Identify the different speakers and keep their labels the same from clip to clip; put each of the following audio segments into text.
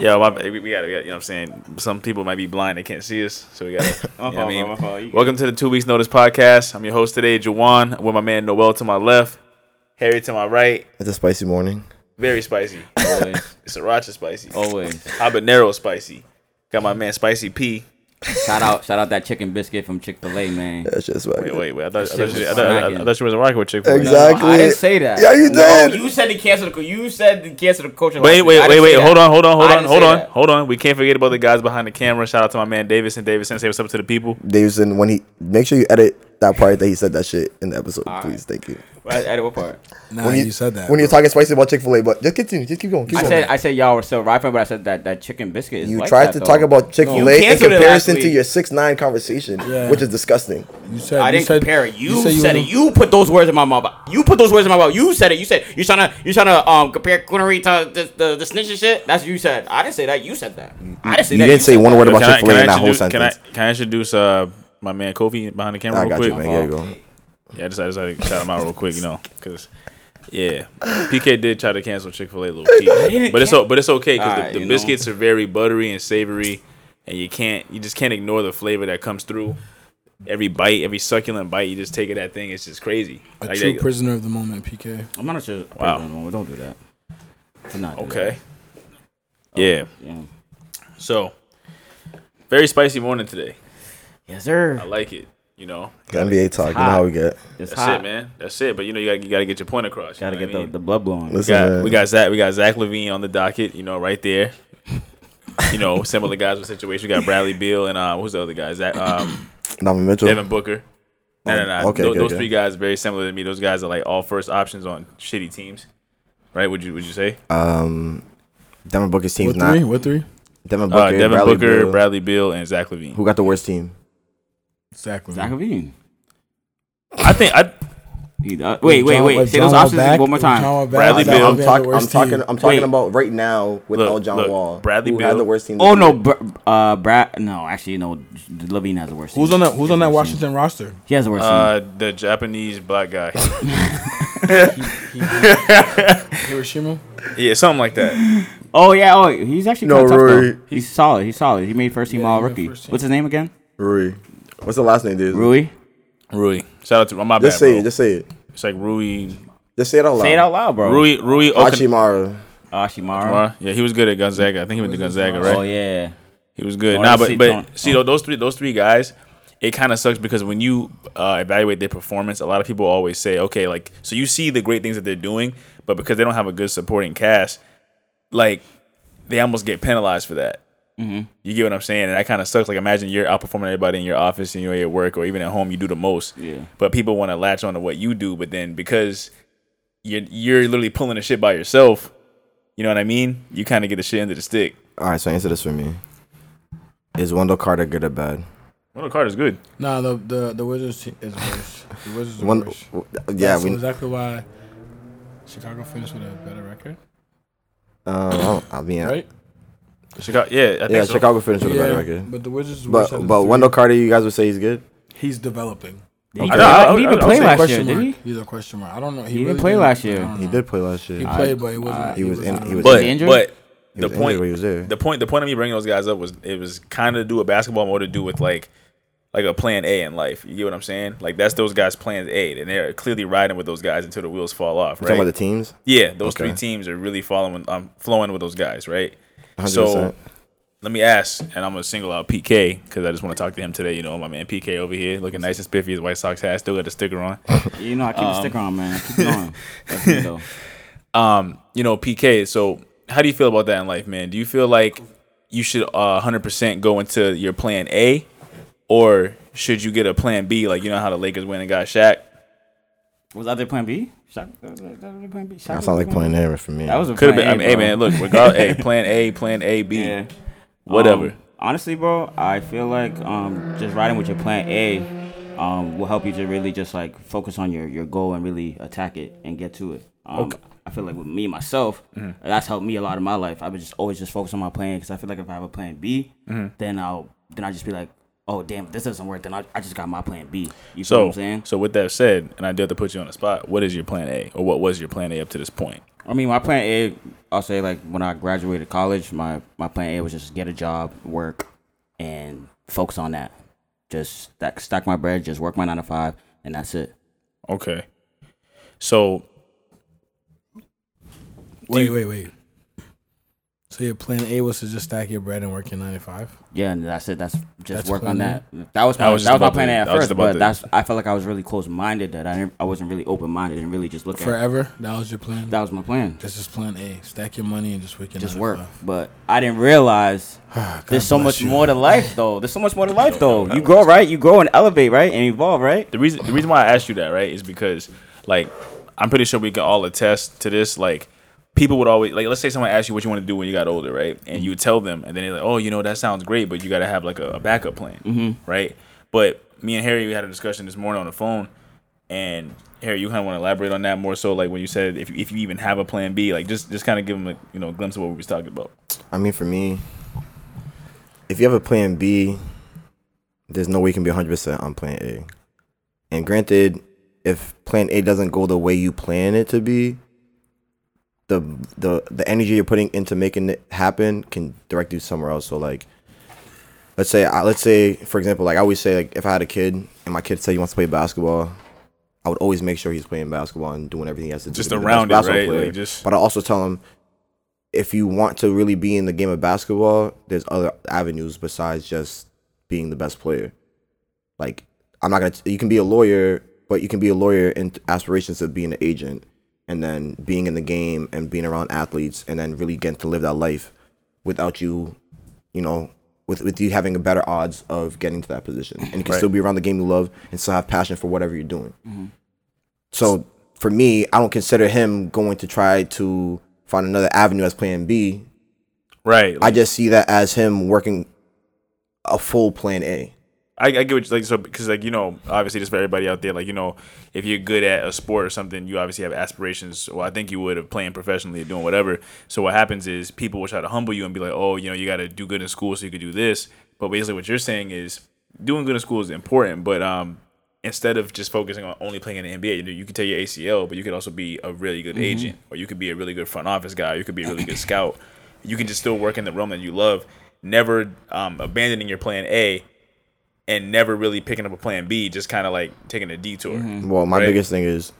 Speaker 1: Yo, my, we, we gotta, we gotta- you know what I'm saying? Some people might be blind, they can't see us, so we gotta. you know what I
Speaker 2: fault,
Speaker 1: mean?
Speaker 2: bro, my fault. You-
Speaker 1: Welcome to the Two Weeks Notice Podcast. I'm your host today, Jawan, with my man Noel to my left, Harry to my right.
Speaker 3: It's a spicy morning.
Speaker 1: Very spicy.
Speaker 2: Always,
Speaker 1: Sriracha spicy.
Speaker 2: always.
Speaker 1: Habanero spicy. Got my man Spicy P.
Speaker 2: Shout out, shout out that chicken biscuit from Chick Fil A, man.
Speaker 3: That's just right.
Speaker 1: Wait, wait, wait. I thought, I
Speaker 2: shit
Speaker 1: thought,
Speaker 2: was
Speaker 1: you, I thought, I- I
Speaker 2: smacking.
Speaker 1: thought you was a rocket with Chick Fil A.
Speaker 3: Exactly.
Speaker 2: Oh, I didn't say that.
Speaker 3: Yeah, you
Speaker 2: No,
Speaker 3: did.
Speaker 2: you said to cancel the. You said to cancel the culture.
Speaker 1: Wait, wait, wait, wait. Hold on, hold on, hold
Speaker 2: I
Speaker 1: on,
Speaker 2: didn't
Speaker 1: hold
Speaker 2: say
Speaker 1: on,
Speaker 2: that.
Speaker 1: hold on. We can't forget about the guys behind the camera. Shout out to my man Davison. Davison, say what's up to the people.
Speaker 3: Davidson, when he make sure you edit that part that he said that shit in the episode, please. Thank you.
Speaker 2: At, at what part?
Speaker 4: Nah,
Speaker 3: When
Speaker 4: you, said that.
Speaker 3: when you're
Speaker 4: bro.
Speaker 3: talking spicy about Chick Fil A, but just continue, just keep going. Keep
Speaker 2: I
Speaker 3: going.
Speaker 2: said I said y'all were so right, but I said that that chicken biscuit. Is
Speaker 3: you
Speaker 2: like
Speaker 3: tried
Speaker 2: that,
Speaker 3: to
Speaker 2: though.
Speaker 3: talk about Chick
Speaker 2: You
Speaker 3: Fil A in
Speaker 2: canceled it last
Speaker 3: comparison to
Speaker 2: week.
Speaker 3: your six nine conversation,
Speaker 4: Yeah.
Speaker 3: which is disgusting.
Speaker 4: you said
Speaker 2: I
Speaker 4: you
Speaker 2: didn't
Speaker 4: said-
Speaker 2: compare it. You,
Speaker 4: said you
Speaker 2: said
Speaker 4: was
Speaker 2: it. You put those words in my mouth. You put those words in my mouth. You said it. You said you trying to you trying to um compare coonery to the the, the snitch and shit. That's what you said. I didn't say that. You said that. I didn't say
Speaker 3: You
Speaker 2: that.
Speaker 3: didn't say
Speaker 2: said
Speaker 3: one
Speaker 2: that.
Speaker 3: word about
Speaker 1: Can I,
Speaker 3: Chick
Speaker 1: can,
Speaker 3: Fil A
Speaker 1: I
Speaker 3: in that whole
Speaker 1: introduce, can I
Speaker 3: sentence.
Speaker 1: can I introduce uh, my man Kofi behind the camera?
Speaker 3: I
Speaker 1: real
Speaker 3: got
Speaker 1: quick? uh,
Speaker 3: you, man. There you go.
Speaker 1: Yeah, I just, I just had to shout him out real quick, you know, because yeah, PK did try to cancel Chick Fil A little key, but it's o- but it's okay because
Speaker 2: Alright,
Speaker 1: the,
Speaker 2: you
Speaker 1: the
Speaker 2: know.
Speaker 1: biscuits are very buttery and savory, and you can't you just can't ignore the flavor that comes through. Every bite, every succulent bite, you just take of that thing. It's just crazy.
Speaker 4: a
Speaker 1: Like,
Speaker 4: true
Speaker 1: like,
Speaker 4: prisoner of the moment, PK.
Speaker 2: I'm not sure.
Speaker 1: Wow.
Speaker 2: Wow. Don't do that. Do not do
Speaker 1: okay. Yeah.
Speaker 2: that. Yeah.
Speaker 1: So, very spicy morning today.
Speaker 2: Yes, sir.
Speaker 1: I like it. You know,
Speaker 3: The NBA talk. You know
Speaker 2: hot.
Speaker 3: how we get.
Speaker 2: It's
Speaker 1: that's it, man. That's it. But you know, you gotta, you gotta get your point across. you
Speaker 2: Gotta
Speaker 1: know what
Speaker 2: get
Speaker 1: I mean?
Speaker 2: the, the blood blowing.
Speaker 3: Listen,
Speaker 1: got
Speaker 3: man.
Speaker 1: we got Zach we got Zach Levine on the docket, you know, right there. You know, similar guys with situation. We got Bradley Beal and uh, who's the other guy? Zach, um,
Speaker 3: Donovan Mitchell.
Speaker 1: Devin Booker. No, no, no.
Speaker 3: Okay,
Speaker 1: Tho-
Speaker 3: okay,
Speaker 1: those
Speaker 3: okay.
Speaker 1: three guys are very similar to me. Those guys are like all first options on shitty teams, right? Would you Would you say? Uh,
Speaker 3: Devin Booker's team's
Speaker 4: What three?
Speaker 3: not.
Speaker 4: What three?
Speaker 3: Devin Booker,
Speaker 1: Uh, Devin
Speaker 3: Bradley
Speaker 1: Booker,
Speaker 3: Beal.
Speaker 1: Bradley Beal, and Zach Levine.
Speaker 3: Who got the worst team?
Speaker 4: Exactly.
Speaker 2: Zach Levine.
Speaker 1: I think I
Speaker 2: He- uh, Wait, wait, wait. Say those options one more time.
Speaker 1: Bradley
Speaker 4: Bradley
Speaker 1: Beal.
Speaker 4: Bill.
Speaker 3: I'm, talk- I'm talking. I'm talking
Speaker 2: Wait.
Speaker 3: about right now with
Speaker 1: Look,
Speaker 3: L. John
Speaker 1: look,
Speaker 3: Wall.
Speaker 1: Bradley
Speaker 3: who had
Speaker 1: Beal.
Speaker 3: the worst team.
Speaker 2: Oh
Speaker 3: this
Speaker 2: no,
Speaker 3: year.
Speaker 2: Br- uh, Brad. No, actually, no. Levine has the worst.
Speaker 4: Who's
Speaker 2: team.
Speaker 4: on that? Who's on
Speaker 2: He has the
Speaker 4: that
Speaker 2: worst
Speaker 4: Washington roster?
Speaker 2: team. He has the worst. team.
Speaker 1: uh,
Speaker 3: Hmm.
Speaker 1: the Japanese black guy.
Speaker 4: Hiroshima.
Speaker 1: yeah, something like that.
Speaker 2: Oh yeah. Oh, he's actually
Speaker 3: No,
Speaker 2: no, tough,
Speaker 3: Rui.
Speaker 2: though. He's solid. He's solid. He made first team all
Speaker 4: he made
Speaker 2: rookie.
Speaker 4: first team.
Speaker 2: What's his name again?
Speaker 3: Rui. What's the last name, dude?
Speaker 2: Rui.
Speaker 1: Rui. Shout out to my bad.
Speaker 3: Just say
Speaker 1: bro.
Speaker 3: it. Just Oh. say it.
Speaker 1: it's like Rui.
Speaker 3: Just say it out loud.
Speaker 2: Say it out loud, bro.
Speaker 1: Uh, Rui. Rui. Okan-
Speaker 3: Hachimara.
Speaker 2: Ashimara.
Speaker 1: yeah, he was good at Gonzaga. I think he went to Gonzaga, right?
Speaker 2: Oh yeah.
Speaker 1: He was good.
Speaker 2: Oh,
Speaker 1: nah,
Speaker 2: that's
Speaker 1: but
Speaker 2: it,
Speaker 1: but
Speaker 2: don't-
Speaker 1: see tho- those three those three guys, it kind of sucks because when you uh, evaluate their performance, a lot of people always say, okay, like so you see the great things that they're doing, but because they don't have a good supporting cast, like they almost get penalized for that.
Speaker 2: Mm-hmm.
Speaker 1: You get what I'm saying, and that kind of sucks. Like imagine you're outperforming everybody in your office, and you're at work or even at home, you do the most.
Speaker 2: Yeah.
Speaker 1: But people want to latch on to what you do, but then because you're you're literally pulling the shit by yourself, you know what I mean? You kind of get the shit into the stick.
Speaker 3: All right, so answer this for me. Is Wendell Carter good or bad?
Speaker 1: Wendell Carter's good.
Speaker 4: Nah, the the the Wizards te- is worse. The Wizards is
Speaker 3: One,
Speaker 4: worse.
Speaker 3: yeah,
Speaker 4: That's
Speaker 3: we, um,
Speaker 4: exactly why Chicago finished with a better record,
Speaker 3: I don't- I mean,
Speaker 4: right?
Speaker 1: Chicago, yeah, I think
Speaker 3: yeah,
Speaker 1: so.
Speaker 3: Chicago finished with a better record.
Speaker 4: but the Wizards. is worse
Speaker 3: But
Speaker 4: at the
Speaker 3: but
Speaker 4: three.
Speaker 3: Wendell Carter, you guys would say he's good.
Speaker 4: he's developing.
Speaker 2: Did he,
Speaker 1: I
Speaker 2: play,
Speaker 1: know, I-
Speaker 2: he
Speaker 1: I-
Speaker 2: didn't
Speaker 1: I-
Speaker 2: play
Speaker 1: I-
Speaker 2: last year,
Speaker 4: question
Speaker 2: did
Speaker 4: mark.
Speaker 2: he?
Speaker 4: He's a question mark. I don't know. He,
Speaker 2: didn't
Speaker 4: really
Speaker 2: play last year.
Speaker 4: I don't
Speaker 3: He
Speaker 4: know.
Speaker 3: did play last year.
Speaker 4: He
Speaker 3: He
Speaker 4: played, but he wasn't.
Speaker 3: he was in- he was
Speaker 1: But
Speaker 2: he injured?
Speaker 1: but
Speaker 3: was
Speaker 1: the
Speaker 3: injured,
Speaker 1: point
Speaker 3: but he was there.
Speaker 1: the point the point of me bringing those guys up was it was kind of to do with basketball, more to do with like like a plan A in life. You get what I'm saying? Like that's those guys' plans A, and they're clearly riding with those guys until the wheels fall off.
Speaker 3: Talking about the
Speaker 1: Right?
Speaker 3: teams.
Speaker 1: Yeah, those
Speaker 3: Okay.
Speaker 1: three teams are really following, um, flowing with those guys, right?
Speaker 3: 100%.
Speaker 1: So let me ask, and I'm gonna single out PK because I just want to talk to him today. You know, my man PK over here looking nice and spiffy. His White Sox hat still got the sticker on.
Speaker 2: You know, I keep the sticker on, man. Keep it on. That's me, though.
Speaker 1: um, you know, PK. So, how do you feel about that in life, man? Do you feel like you should uh, 100% go into your plan A, or should you get a plan B? Like, you know how the Lakers went and got Shaq?
Speaker 2: Was that their plan B? Shaq, that, that, that was plan B? Shaq
Speaker 3: That
Speaker 2: was
Speaker 3: sounds
Speaker 2: their
Speaker 3: like playing there for me.
Speaker 2: That was a
Speaker 1: Could have been.
Speaker 2: plan
Speaker 1: I mean, hey,
Speaker 2: bro.
Speaker 1: man, look, regardless, hey, plan A, plan A, B,
Speaker 2: Yeah.
Speaker 1: whatever.
Speaker 2: Um, honestly, bro, I feel like um, just riding with your plan A um, will help you to really just like focus on your, your goal and really attack it and get to it. Um, I feel like with me myself,
Speaker 1: Mm-hmm.
Speaker 2: that's helped me a lot in my life. I would just always just focus on my plan because I feel like if I have a plan B,
Speaker 1: Mm-hmm.
Speaker 2: then I'll then I just be like, oh damn, if this doesn't work. Then I, I just got my plan B. You
Speaker 1: so,
Speaker 2: feel what I'm saying?
Speaker 1: so with that said, and I do have to put you on the spot. What is your plan A, or what was your plan A up to this point?
Speaker 2: I mean, my plan A, I'll say like when I graduated college, my my plan A was just get a job, work, and focus on that. Just stack, stack my bread, just work my nine to five, and that's it.
Speaker 1: Okay. So
Speaker 4: Wait, wait, wait. So your plan A was to just stack your bread and work your nine to five.
Speaker 2: Yeah, and that's it. That's just
Speaker 4: That's
Speaker 2: work on
Speaker 4: cool,
Speaker 2: that. That was my,
Speaker 1: I
Speaker 2: that
Speaker 1: was
Speaker 2: was,
Speaker 1: just
Speaker 2: my
Speaker 1: about
Speaker 2: plan
Speaker 1: to-
Speaker 2: A at
Speaker 1: I was just
Speaker 2: first,
Speaker 1: about
Speaker 2: but
Speaker 1: to-
Speaker 2: that's I felt like I was really close minded that I didn't, I wasn't really open minded and really just look at.
Speaker 4: Forever. That was your plan.
Speaker 2: That was my plan.
Speaker 4: That's just plan A. Stack your money and just work your
Speaker 2: Just
Speaker 4: nine
Speaker 2: work,
Speaker 4: to five.
Speaker 2: but I didn't realize
Speaker 4: God
Speaker 2: there's so
Speaker 4: bless
Speaker 2: much
Speaker 4: you.
Speaker 2: more to life, though. There's so much more to life, though. You grow, right? You grow and elevate, right? And evolve, right?
Speaker 1: the reason the reason why I asked you that, right, is because like I'm pretty sure we can all attest to this. Like people would always like let's say someone asked you what you want to do when you got older, right? And you tell them, and then they're like, oh, you know, that sounds great, but you got to have like a, a backup plan, right? But me and Harry we had a discussion this morning on the phone, and Harry, you kind of want to elaborate on that more so, like when you said if you, if you even have a plan B, like just just kind of give them a you know glimpse of what we was talking about.
Speaker 3: I mean, for me, if you have a plan B, there's no way you can be 100% on plan A. And granted, if plan A doesn't go the way you plan it to be, the the the energy you're putting into making it happen can direct you somewhere else. So like, let's say I, let's say for example, like I always say, like if I had a kid and my kid said he wants to play basketball, I would always make sure he's playing basketball and doing everything he has to do.
Speaker 1: Just
Speaker 3: to be the
Speaker 1: around
Speaker 3: best
Speaker 1: it,
Speaker 3: basketball
Speaker 1: right? Like,
Speaker 3: player.
Speaker 1: just-
Speaker 3: But I also tell him if you want to really be in the game of basketball, there's other avenues besides just being the best player. Like I'm not gonna. You can be a lawyer, but you can be a lawyer in aspirations of being an agent, and then being in the game and being around athletes, and then really getting to live that life without you, you know, with with you having a better odds of getting to that position, and you can
Speaker 1: Right.
Speaker 3: still be around the game you love and still have passion for whatever you're doing. So for me, I don't consider him going to try to find another avenue as Plan B.
Speaker 1: Right.
Speaker 3: I just see that as him working a full Plan A.
Speaker 1: I, I get what you like so because like you know obviously just for everybody out there like you know if you're good at a sport or something you obviously have aspirations well I think you would of playing professionally or doing whatever so what happens is people will try to humble you and be like oh you know you got to do good in school so you could do this but basically what you're saying is doing good in school is important but um instead of just focusing on only playing in the NBA you, know, you could tell your ACL but you could also be a really good agent or you could be a really good front office guy you could be a really good scout you can just still work in the realm that you love never um, abandoning your plan A and never really picking up a plan B, just kind of like taking a detour.
Speaker 3: Well, my
Speaker 1: Right.
Speaker 3: biggest thing is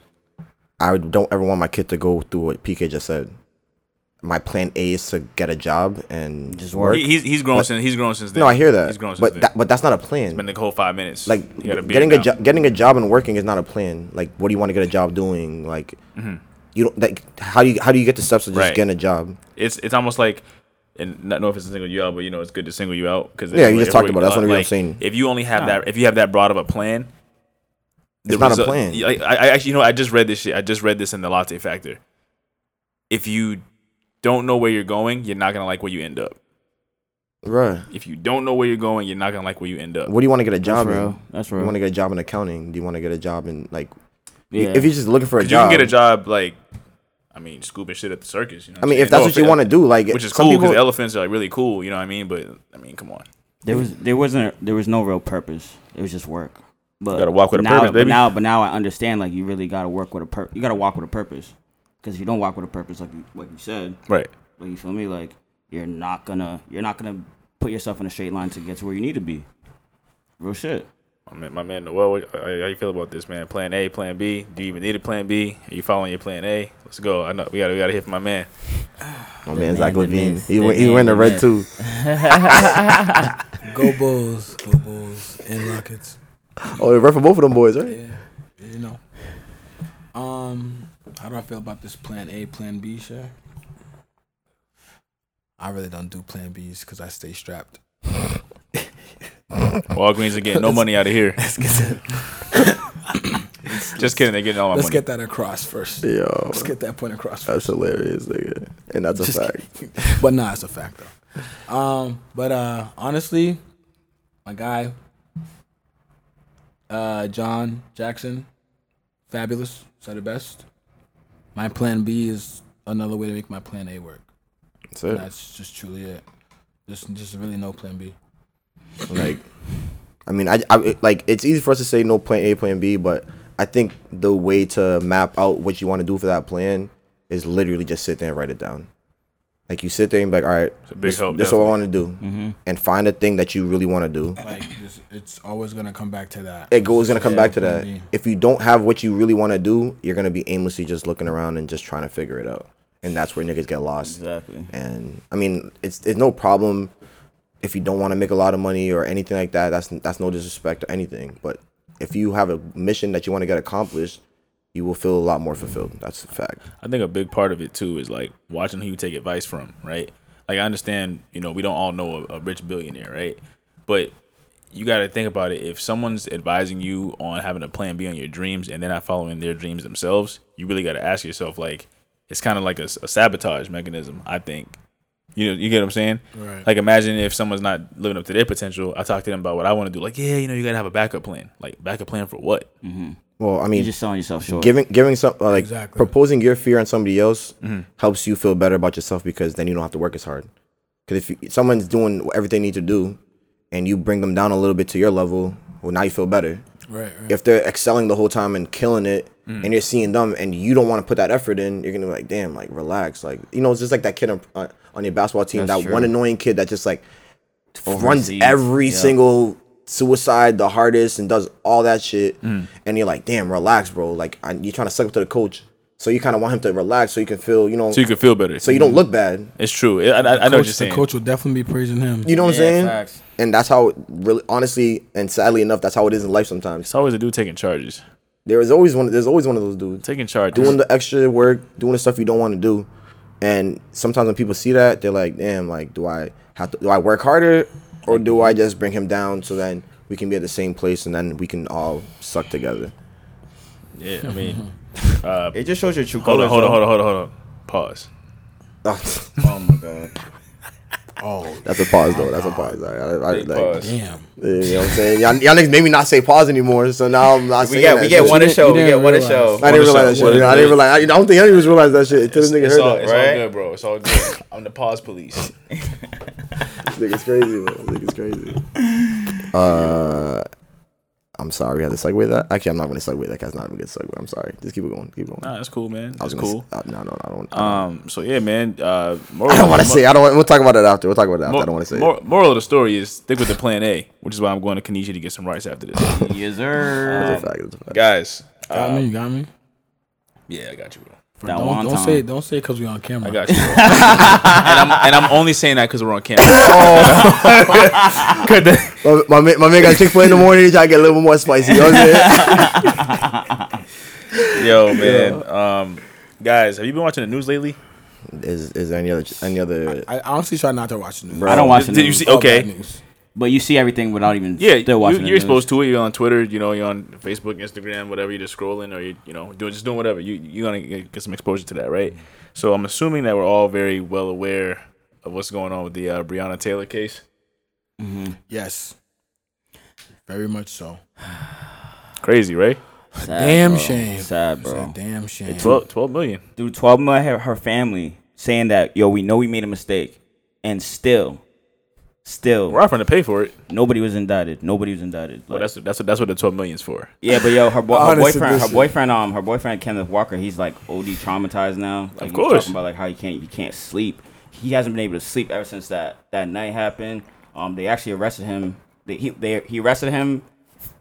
Speaker 3: I don't ever want my kid to go through what PK just said. My plan A is to get a job and just work.
Speaker 1: He, he's he's grown since he's grown since then.
Speaker 3: no, I hear that.
Speaker 1: He's grown since
Speaker 3: but
Speaker 1: then.
Speaker 3: that, but that's not a plan.
Speaker 1: Been the whole five minutes.
Speaker 3: like
Speaker 1: You gotta be
Speaker 3: getting
Speaker 1: it
Speaker 3: a
Speaker 1: now.
Speaker 3: job getting a job and working is not a plan like what do you want to get a job doing like you don't like how do you how do you get the steps of just
Speaker 1: Mm-hmm. Right.
Speaker 3: getting a job
Speaker 1: It's it's almost like. And not know if it's a single you out, but you know it's good to single you out because
Speaker 3: Yeah, you just talked about it. That's what I'm saying.
Speaker 1: uh, If you only have that, if you have that broad of a plan, the
Speaker 3: It's not a
Speaker 1: result-
Speaker 3: plan.
Speaker 1: Like, I, I actually, you know, I just read this shit. I just read this in the Latte Factor. If you don't know where you're going, you're not gonna like where you end up.
Speaker 3: right
Speaker 1: If you don't know where you're going, you're not gonna like where you end up.
Speaker 3: what do you want to get a job
Speaker 2: real.
Speaker 3: in
Speaker 2: That's
Speaker 3: you
Speaker 2: real.
Speaker 3: want to get a job in accounting do you want to get a job in like
Speaker 2: Yeah.
Speaker 3: if you're just looking for a
Speaker 1: You
Speaker 3: job
Speaker 1: can get a job like, I mean, scooping shit at the circus. You know
Speaker 3: I
Speaker 1: what
Speaker 3: mean
Speaker 1: I'm
Speaker 3: if that's
Speaker 1: saying?
Speaker 3: what you want to do like
Speaker 1: which is
Speaker 3: some
Speaker 1: cool because
Speaker 3: people-
Speaker 1: elephants are like really cool. You know what I mean? But I mean, come on.
Speaker 2: There was there wasn't there was no real purpose. It was just work. But
Speaker 1: gotta walk with a
Speaker 2: now,
Speaker 1: purpose,
Speaker 2: but
Speaker 1: baby.
Speaker 2: now, but now I understand. Like you really gotta work with a pur- You gotta walk with a purpose. Because if you don't walk with a purpose, like you, like you said,
Speaker 1: Right.
Speaker 2: like you feel me, like you're not gonna you're not gonna put yourself in a straight line to get to where you need to be. Real shit.
Speaker 1: My man, my man Noel, what- how how you feel about this, man? Plan A, Plan B. Do you even need a Plan B? Are you following your Plan A? Let's go. I know we got to we got to hit for my man.
Speaker 3: my man Zach
Speaker 2: man, the
Speaker 3: Levine
Speaker 2: myth,
Speaker 3: he
Speaker 2: the
Speaker 3: went he
Speaker 2: man,
Speaker 3: went the
Speaker 2: the
Speaker 3: red
Speaker 2: myth.
Speaker 3: too
Speaker 4: Go Bulls. Go Bulls. And Rockets.
Speaker 3: oh red for both of them boys right
Speaker 4: Yeah. You know. Um, how do I feel about this plan A, plan B share? I really don't do plan Bs because I stay strapped.
Speaker 1: Walgreens are getting no money out of here.
Speaker 4: Let's get that,
Speaker 1: Just kidding, they're getting all my
Speaker 4: let's
Speaker 1: money.
Speaker 4: get that across first.
Speaker 3: yo
Speaker 4: Let's get that point across first.
Speaker 3: that's hilarious nigga and that's a
Speaker 4: Just
Speaker 3: fact
Speaker 4: but nah, it's a fact though. Um, but uh, honestly, my guy, uh, John Jackson, fabulous, said it best. My plan B is another way to make my plan A work.
Speaker 3: that's it
Speaker 4: That's just truly it. There's just really no plan B.
Speaker 3: like i mean I, I it- like it's easy for us to say no plan a plan b but i think the way to map out what you want to do for that plan is literally just sit there and write it down. Like you sit there and be like, all right,
Speaker 1: a big
Speaker 3: this,
Speaker 1: help,
Speaker 3: this is what I want to do,
Speaker 2: Mm-hmm.
Speaker 3: and find a thing that you really want to do.
Speaker 4: Like just, it's always gonna come back to that.
Speaker 3: It goes gonna come back to that.
Speaker 4: maybe.
Speaker 3: If you don't have what you really want to do, you're gonna be aimlessly just looking around and just trying to figure it out, and that's where niggas get lost.
Speaker 2: Exactly.
Speaker 3: And I mean, it's it's no problem if you don't want to make a lot of money or anything like that. That's that's no disrespect or anything. But if you have a mission that you want to get accomplished, you will feel a lot more fulfilled. That's a fact.
Speaker 1: I think a big part of it too is like watching who you take advice from, right? Like I understand, you know, we don't all know a, a rich billionaire, right? But you got to think about it. If someone's advising you on having a plan B on your dreams and they're not following their dreams themselves, you really got to ask yourself, like, it's kind of like a, s- a sabotage mechanism, I think. You know, you get what I'm saying?
Speaker 4: Right.
Speaker 1: Like, imagine if someone's not living up to their potential. I talk to them about what I want to do. Like, yeah, you know, you got to have a backup plan. Like, backup plan for what?
Speaker 3: Well, I mean,
Speaker 2: You're just selling yourself short.
Speaker 3: giving giving some uh, like
Speaker 4: Exactly.
Speaker 3: proposing your fear on somebody else helps you feel better about yourself because then you don't have to work as hard. Because if you, someone's doing everything they need to do, and you bring them down a little bit to your level, well, now you feel better.
Speaker 4: Right. right.
Speaker 3: if they're excelling the whole time and killing it
Speaker 2: Mm.
Speaker 3: and you're seeing them and you don't want to put that effort in you're gonna be like damn like relax like you know it's just like that kid on, uh, on your basketball team
Speaker 2: That's
Speaker 3: that
Speaker 2: true.
Speaker 3: one annoying kid that just like runs
Speaker 2: Overseas,
Speaker 3: every
Speaker 2: yeah.
Speaker 3: single suicide the hardest and does all that shit
Speaker 2: Mm.
Speaker 3: and you're like damn relax bro like I, you're trying to suck up to the coach so you kind of want him to relax so you can feel you know
Speaker 1: So you can feel better.
Speaker 3: so you don't look bad
Speaker 1: It's true. I, I, I know what you're
Speaker 4: Coach-
Speaker 1: saying.
Speaker 4: The coach will definitely be praising him.
Speaker 3: you know what
Speaker 2: Yeah,
Speaker 3: i'm saying
Speaker 2: facts.
Speaker 3: and that's how really honestly and sadly enough that's how it is in life sometimes
Speaker 1: It's always a dude taking charges.
Speaker 3: there is always one there's always one of those dudes
Speaker 1: Taking charges.
Speaker 3: doing the extra work, doing the stuff you don't want to do. And sometimes when people see that, they're like, "Damn, like, do I have to? Do I work harder, or do I just bring him down so then we can be at the same place and then we can all suck together?"
Speaker 1: yeah, I mean,
Speaker 2: It just shows your true
Speaker 1: hold on,
Speaker 2: colors.
Speaker 1: hold on, hold on, hold on, hold on. Pause.
Speaker 3: That's
Speaker 2: Oh my god.
Speaker 4: Oh
Speaker 3: a pause though. That's a pause. I, I, I, like,
Speaker 1: Pause.
Speaker 4: damn.
Speaker 3: You know what I'm saying? Y'all, y'all niggas made me not say pause anymore, so now I'm not
Speaker 2: We
Speaker 3: saying
Speaker 2: get
Speaker 3: that
Speaker 2: we get
Speaker 3: shit.
Speaker 2: one a
Speaker 4: didn't-
Speaker 2: show.
Speaker 4: you
Speaker 2: We get
Speaker 4: didn't
Speaker 2: one a
Speaker 4: realize.
Speaker 2: show.
Speaker 3: I didn't
Speaker 1: One
Speaker 3: realize that
Speaker 1: shot,
Speaker 3: shit.
Speaker 1: one
Speaker 3: I didn't realize. I, I don't think any of us realized that shit until this nigga
Speaker 1: It's,
Speaker 3: heard
Speaker 1: all,
Speaker 3: that.
Speaker 1: it's all
Speaker 2: right?
Speaker 1: good, bro. It's all good. I'm the pause police.
Speaker 3: This nigga's crazy, man. This nigga's crazy. Uh, I'm sorry we had to segue that. Actually, I'm not going to segue that. 'cause That's not even a good segue. I'm sorry. Just keep it going. Keep it going.
Speaker 1: Nah, that's cool, man.
Speaker 3: I
Speaker 1: That's
Speaker 3: was gonna
Speaker 1: cool.
Speaker 3: s- uh, no, no, no, I don't.
Speaker 1: Um, so yeah, man. Uh, moral,
Speaker 3: I don't want to say. I don't. want- We'll talk about it after. We'll talk about it after. I don't want to say. it.
Speaker 1: moral of the story is stick with the plan A, which is why I'm going to Kanisha to get some rice after this.
Speaker 2: Yes, sir.
Speaker 1: Uh,
Speaker 3: It's a fact, it's a fact.
Speaker 1: Guys, uh,
Speaker 4: Got me. You got me.
Speaker 1: yeah, I got you, bro.
Speaker 2: That
Speaker 4: don't
Speaker 2: one
Speaker 4: don't
Speaker 2: time.
Speaker 4: say don't say because we on camera.
Speaker 1: I got you. Bro. and, I'm, and I'm only saying that because we're on camera. Could the-
Speaker 3: My, my, man- my man got Chick Fil A in the morning. He try to get a little bit more spicy. You know what I'm saying?
Speaker 1: Yo, man. Um, guys, have you been watching the news lately?
Speaker 3: is is there any other any other?
Speaker 4: I honestly try not to watch the news.
Speaker 3: Bruh.
Speaker 2: I don't watch the
Speaker 1: Did, did you
Speaker 2: news,
Speaker 1: see?
Speaker 4: All
Speaker 1: Okay,
Speaker 4: bad news.
Speaker 2: but you see everything without even
Speaker 1: Yeah,
Speaker 2: still watching.
Speaker 1: you,
Speaker 2: the
Speaker 1: you're
Speaker 2: news.
Speaker 1: exposed to it. You're on Twitter. You know, you're on Facebook, Instagram, whatever. You're just scrolling, or you you know doing just doing whatever. You you're gonna get, get some exposure to that, right?
Speaker 4: Mm-hmm.
Speaker 1: So I'm assuming that we're all very well aware of what's going on with the uh, Breonna Taylor case.
Speaker 4: Yes. Very much so.
Speaker 1: Crazy, right?
Speaker 2: Sad,
Speaker 4: Damn
Speaker 2: bro.
Speaker 4: shame.
Speaker 2: Sad,
Speaker 4: It's a
Speaker 2: bro.
Speaker 4: damn shame.
Speaker 1: 12, 12 million.
Speaker 2: Through twelve months, her, her family saying that yo, we know we made a mistake, and still, still,
Speaker 1: We're offering to pay for it.
Speaker 2: nobody was indicted. Nobody was indicted.
Speaker 1: Well,
Speaker 2: Like-
Speaker 1: that's that's what that's what the twelve million's for.
Speaker 2: Yeah, but yo, her, bo- her
Speaker 3: Honest
Speaker 2: boyfriend, her
Speaker 3: edition.
Speaker 2: boyfriend, um, her boyfriend Kenneth Walker, he's like OD traumatized now. Like, he was
Speaker 1: course.
Speaker 2: talking about like how he can't, he can't sleep. He hasn't been able to sleep ever since that that night happened. Um, they actually arrested him. They he they, he arrested him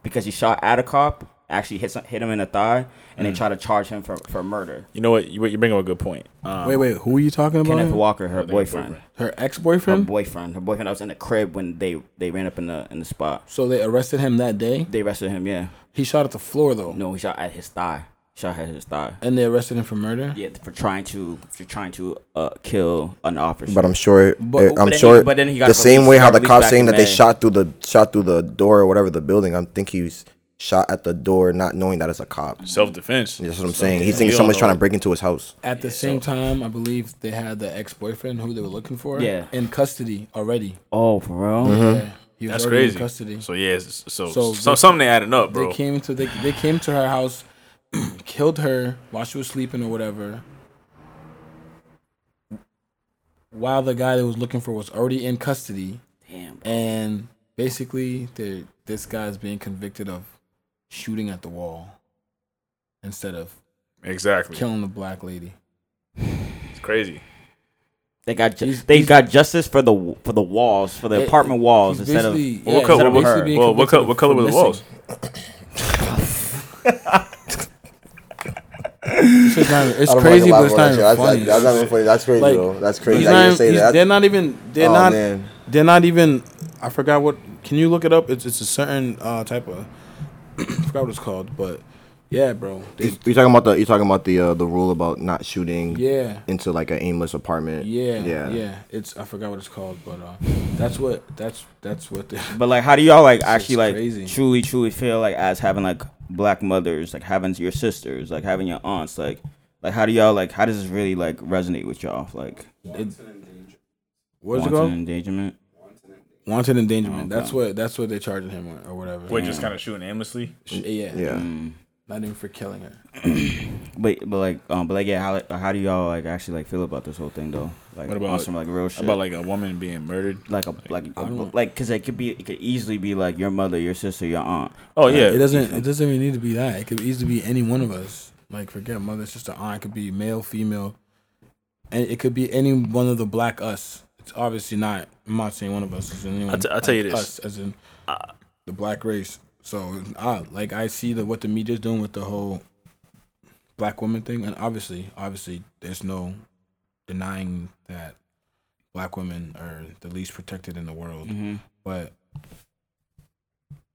Speaker 2: because he shot at a cop. Actually hit some, hit him in the thigh, and
Speaker 1: Mm.
Speaker 2: they tried to charge him for, for murder.
Speaker 1: You know what? You you bring up a good point. Um,
Speaker 4: Wait, wait. Who are you talking
Speaker 2: Kenneth
Speaker 4: about?
Speaker 2: Walker, her boyfriend,
Speaker 4: Her
Speaker 2: her
Speaker 4: ex-boyfriend.
Speaker 2: boyfriend, her boyfriend. I was in the crib when they they ran up in the in the spot.
Speaker 4: So they arrested him that day.
Speaker 2: They arrested him. Yeah,
Speaker 4: He shot at the floor though,
Speaker 2: no, he shot at his thigh. Shot at his thigh.
Speaker 4: and they arrested him for murder.
Speaker 2: Yeah, for trying to for trying to uh, kill an officer.
Speaker 3: But I'm sure. eh,
Speaker 4: But-
Speaker 3: I'm
Speaker 2: but then he-
Speaker 3: sure.
Speaker 2: but then he got
Speaker 3: the same
Speaker 2: released-
Speaker 3: way how
Speaker 2: got
Speaker 3: the
Speaker 2: released
Speaker 3: cops
Speaker 2: back
Speaker 3: saying
Speaker 2: in
Speaker 3: that they
Speaker 2: May.
Speaker 3: shot through the shot through the door or whatever the building. I think he's shot at the door, not knowing that it's a cop.
Speaker 1: Self defense.
Speaker 3: That's what I'm saying. He thinks someone's trying to break into his house.
Speaker 4: At the same time, I believe they had the ex-boyfriend who they were looking for
Speaker 2: Yeah.
Speaker 4: in custody already.
Speaker 2: oh, bro.
Speaker 3: Mm-hmm.
Speaker 4: Yeah, he was
Speaker 1: That's
Speaker 4: already
Speaker 1: crazy.
Speaker 4: in custody.
Speaker 1: So yeah, it's- so so,
Speaker 4: So
Speaker 1: so
Speaker 4: they-
Speaker 1: something adding up,
Speaker 4: they
Speaker 1: bro.
Speaker 4: came to they, they came to her house, killed her while she was sleeping or whatever. While the guy that was looking for was already in custody,
Speaker 2: Damn. bro.
Speaker 4: and basically, they- this guy is being convicted of shooting at the wall instead of
Speaker 1: Exactly.
Speaker 4: killing the black lady.
Speaker 1: Crazy.
Speaker 2: They got ju-
Speaker 4: He's-
Speaker 2: they
Speaker 4: he's-
Speaker 2: got justice for the for the walls for the
Speaker 4: Yeah,
Speaker 2: apartment walls
Speaker 4: he's
Speaker 2: instead of
Speaker 4: basically-
Speaker 1: Well,
Speaker 4: Yeah,
Speaker 1: what color?
Speaker 2: instead
Speaker 1: What,
Speaker 2: of her.
Speaker 4: being
Speaker 1: well, what,
Speaker 4: convicted
Speaker 1: co- what
Speaker 4: for
Speaker 1: color were the
Speaker 4: missing.
Speaker 1: walls?
Speaker 4: It's, just not, it's
Speaker 5: I don't
Speaker 4: crazy,
Speaker 5: fucking
Speaker 4: but
Speaker 5: lie
Speaker 4: it's not
Speaker 5: about that
Speaker 4: even
Speaker 5: shit. That's-
Speaker 4: funny.
Speaker 5: That's, that's not even funny. That's crazy
Speaker 4: Like,
Speaker 5: though. That's
Speaker 4: He's
Speaker 5: crazy.
Speaker 4: not
Speaker 5: I
Speaker 4: even-
Speaker 5: didn't say
Speaker 4: he's-
Speaker 5: that.
Speaker 4: They're not even. They're
Speaker 5: Oh,
Speaker 4: not.
Speaker 5: man.
Speaker 4: They're not even. I forgot what. Can you look it up? It's it's a certain uh, type of. I forgot what it's called, but yeah, bro. They,
Speaker 3: You talking about the you talking about the uh, the rule about not shooting
Speaker 4: yeah.
Speaker 3: into like an aimless apartment?
Speaker 4: Yeah, yeah, It's I forgot what it's called, but uh, that's what that's that's what. The,
Speaker 2: But like, how do y'all like actually
Speaker 4: just
Speaker 2: like
Speaker 4: crazy.
Speaker 2: truly truly feel like as having like black mothers, like having your sisters, like having your aunts, like like how do y'all like how does this really like resonate with y'all? Like
Speaker 4: it, what's it
Speaker 2: wanton
Speaker 4: called?
Speaker 2: endangerment.
Speaker 4: Wanted endangerment.
Speaker 2: Oh,
Speaker 4: That's
Speaker 2: okay.
Speaker 4: what that's what they're charging him with or whatever.
Speaker 1: We're just kind of shooting aimlessly.
Speaker 4: yeah,
Speaker 3: Yeah.
Speaker 2: Mm.
Speaker 4: Not even for killing her.
Speaker 2: But but like um but like yeah how like, how do y'all like actually like feel about this whole thing though? Like
Speaker 1: What about,
Speaker 2: on
Speaker 1: like-
Speaker 2: some like real shit
Speaker 1: About like a woman being murdered.
Speaker 2: like a like a,
Speaker 4: don't-
Speaker 2: like because it could be it could easily be like your mother, your sister, your aunt.
Speaker 1: Oh yeah,
Speaker 4: It doesn't. It doesn't even need to be that. It could easily be any one of us. Like forget mother, sister, aunt. It could be male, female, and it could be any one of the black us. It's obviously not. I'm not saying one of us. It's anyone.
Speaker 1: I'll t- I'll tell you
Speaker 4: like
Speaker 1: this.
Speaker 4: Us as in the black race. So I like I see the what the media's doing with the whole black woman thing, and obviously, obviously, there's no denying that black women are the least protected in the world
Speaker 2: Mm-hmm.
Speaker 4: but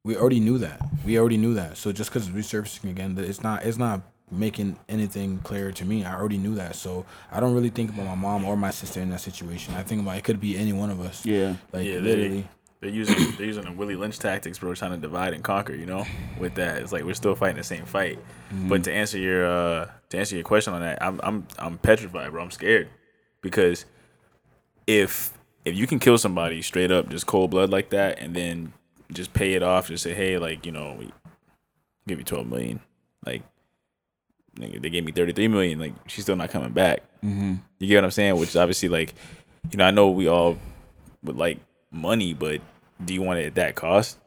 Speaker 4: we already knew that. We already knew that. So just because it's resurfacing again, that it's not it's not making anything clear to me. I already knew that. So I don't really think about my mom or my sister in that situation. I think about it could be any one of us.
Speaker 2: Yeah.
Speaker 4: Like
Speaker 1: Yeah, they-
Speaker 4: literally.
Speaker 1: They're using they're using the Willie Lynch tactics, bro, trying to divide and conquer. You know, with that, it's like we're still fighting the same fight.
Speaker 4: Mm-hmm.
Speaker 1: But to answer your uh, to answer your question on that, I'm I'm I'm petrified, bro. I'm scared because if if you can kill somebody straight up, just cold blood like that, and then just pay it off, just say, hey, like you know, we give you twelve million, like. nigga, They gave me thirty three million. Like she's still not coming back.
Speaker 4: Mm-hmm.
Speaker 1: You get what I'm saying? Which is obviously like, you know, I know we all would like money, but do you want it at that cost?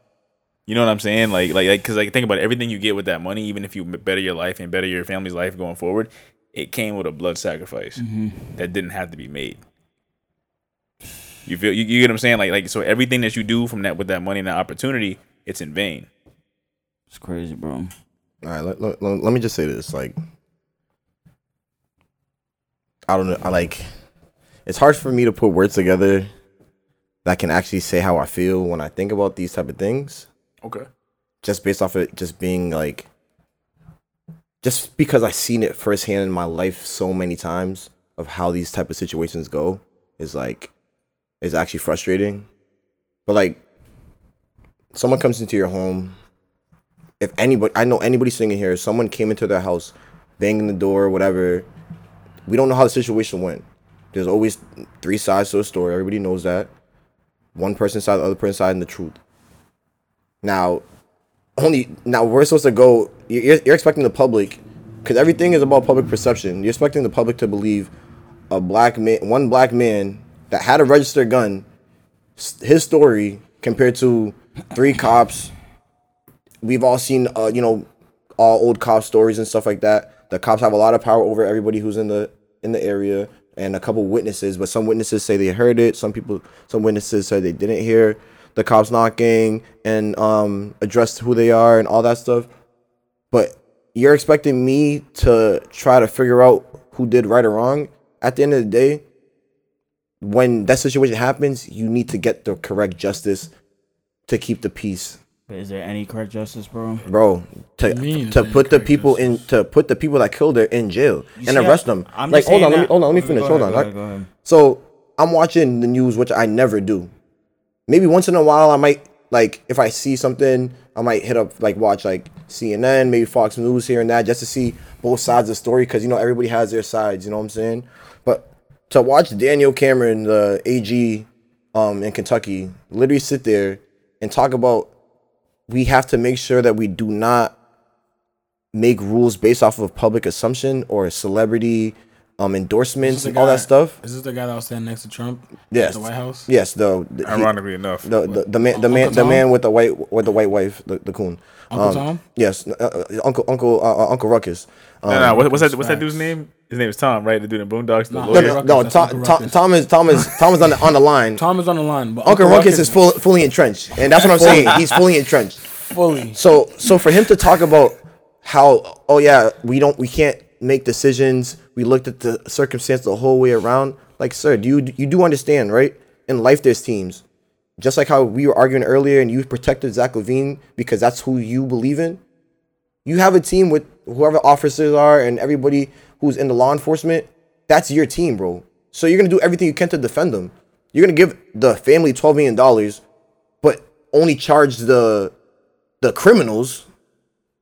Speaker 1: You know what I'm saying? Like, like, like, cause like think about it, everything you get with that money, even if you better your life and better your family's life going forward, it came with a blood sacrifice
Speaker 2: Mm-hmm.
Speaker 1: that didn't have to be made. You feel you, you get what I'm saying? Like, like, so everything that you do from that with that money and that opportunity, it's in vain.
Speaker 2: It's crazy, bro.
Speaker 3: All right, let, let, let me just say this. Like, I don't know. I like, it's hard for me to put words together that can actually say how I feel when I think about these type of things,
Speaker 1: Okay.
Speaker 3: just based off it just being like, just because I've seen it firsthand in my life so many times of how these type of situations go is like, is actually frustrating. But like, someone comes into your home if anybody I know anybody sitting in here, if someone came into their house, banging the door, whatever, we don't know how the situation went. There's always three sides to a story. Everybody knows that. One person's side, the other person's side, and the truth. Now, only now we're supposed to go. you- You're, you're expecting the public, because everything is about public perception. You're expecting the public to believe a black man, one black man that had a registered gun, s- his story compared to three cops we've all seen uh, you know all old cop stories and stuff like that the cops have a lot of power over everybody who's in the in the area and a couple witnesses but some witnesses say they heard it some people some witnesses say they didn't hear the cops knocking and um address who they are and all that stuff but you're expecting me to try to figure out who did right or wrong at the end of the day when that situation happens you need to get the correct justice to keep the peace
Speaker 2: But is there any correct justice, bro?
Speaker 3: bro to
Speaker 4: do you mean
Speaker 3: to
Speaker 4: it's
Speaker 3: put the
Speaker 4: incorrect
Speaker 3: people in to put the people that killed her in jail and arrest them
Speaker 2: I'm
Speaker 3: like
Speaker 2: just
Speaker 3: hold
Speaker 2: saying
Speaker 3: on let me
Speaker 2: that-
Speaker 3: hold on let me
Speaker 2: Go
Speaker 3: finish
Speaker 2: ahead,
Speaker 3: hold
Speaker 2: go
Speaker 3: on
Speaker 2: ahead,
Speaker 3: I-
Speaker 2: go ahead.
Speaker 3: so i'm watching the news which i never do maybe once in a while i might like if i see something i might hit up like watch like cnn maybe fox news here and that just to see both sides of the story because you know everybody has their sides you know what i'm saying but to watch daniel cameron the ag um, in kentucky literally sit there and talk about we have to make sure that we do not make rules based off of public assumption or celebrity um endorsements
Speaker 4: the
Speaker 3: and all
Speaker 4: guy-
Speaker 3: that stuff.
Speaker 4: Is this the guy that was standing next to Trump?
Speaker 3: Yes.
Speaker 4: At the White House?
Speaker 3: Yes, though. the- he-
Speaker 1: Ironically enough,
Speaker 3: the, the the man the man
Speaker 4: Uncle
Speaker 3: the
Speaker 4: Tom?
Speaker 3: man with the white with the white wife the, the coon.
Speaker 4: Uncle
Speaker 3: Um,
Speaker 4: Tom?
Speaker 3: Yes, uh, uh, Uncle Uncle uh, uh, Uncle Ruckus. Um,
Speaker 1: no, no, what, what's that? What's that
Speaker 4: facts.
Speaker 1: dude's name? His name is Tom, right? The dude in Boondocks, the
Speaker 4: No,
Speaker 1: lawyer.
Speaker 3: no,
Speaker 4: Uncle Ruckus,
Speaker 3: no,
Speaker 4: that's Uncle
Speaker 3: Tom, Tom,
Speaker 4: Ruckus.
Speaker 3: Tom is Tom is Tom is on the on the line.
Speaker 4: Tom is on the line, but
Speaker 3: Uncle Ruckus is full, fully entrenched, and that's what I'm saying. He's fully entrenched.
Speaker 4: fully.
Speaker 3: So so for him to talk about how oh yeah we don't we can't make decisions. We looked at the circumstance the whole way around. Like sir, do you you do understand right? In life, there's teams. Just like how we were arguing earlier, and you protected Zach Levine because that's who you believe in. You have a team with whoever officers are and everybody who's in the law enforcement. That's your team, bro. So you're gonna do everything you can to defend them. You're gonna give the family twelve million dollars, but only charge the the criminals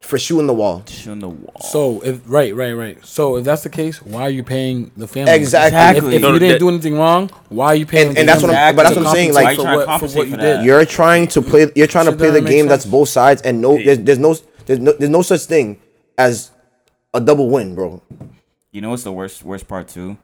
Speaker 3: for shooting the wall.
Speaker 2: Shooting the wall.
Speaker 4: So if right, right, right. So if that's the case, why are you paying the family?
Speaker 3: Exactly.
Speaker 4: If, if
Speaker 1: No, that-
Speaker 4: you didn't do anything wrong, why are you paying?
Speaker 3: And-
Speaker 4: the
Speaker 3: and that's what
Speaker 4: family?
Speaker 3: I'm- but that's what I'm saying, like-
Speaker 4: for
Speaker 2: Why you trying to
Speaker 4: what, for
Speaker 2: compensate
Speaker 4: what
Speaker 2: for
Speaker 4: you
Speaker 2: that?
Speaker 4: did.
Speaker 3: You're trying to play. You're trying to
Speaker 4: Shit
Speaker 3: play the
Speaker 4: doesn't make
Speaker 3: game that's
Speaker 4: sense.
Speaker 3: both sides, and no, there's, there's no, there's no, there's no such thing as a double win, bro.
Speaker 2: You know what's the worst worst part too?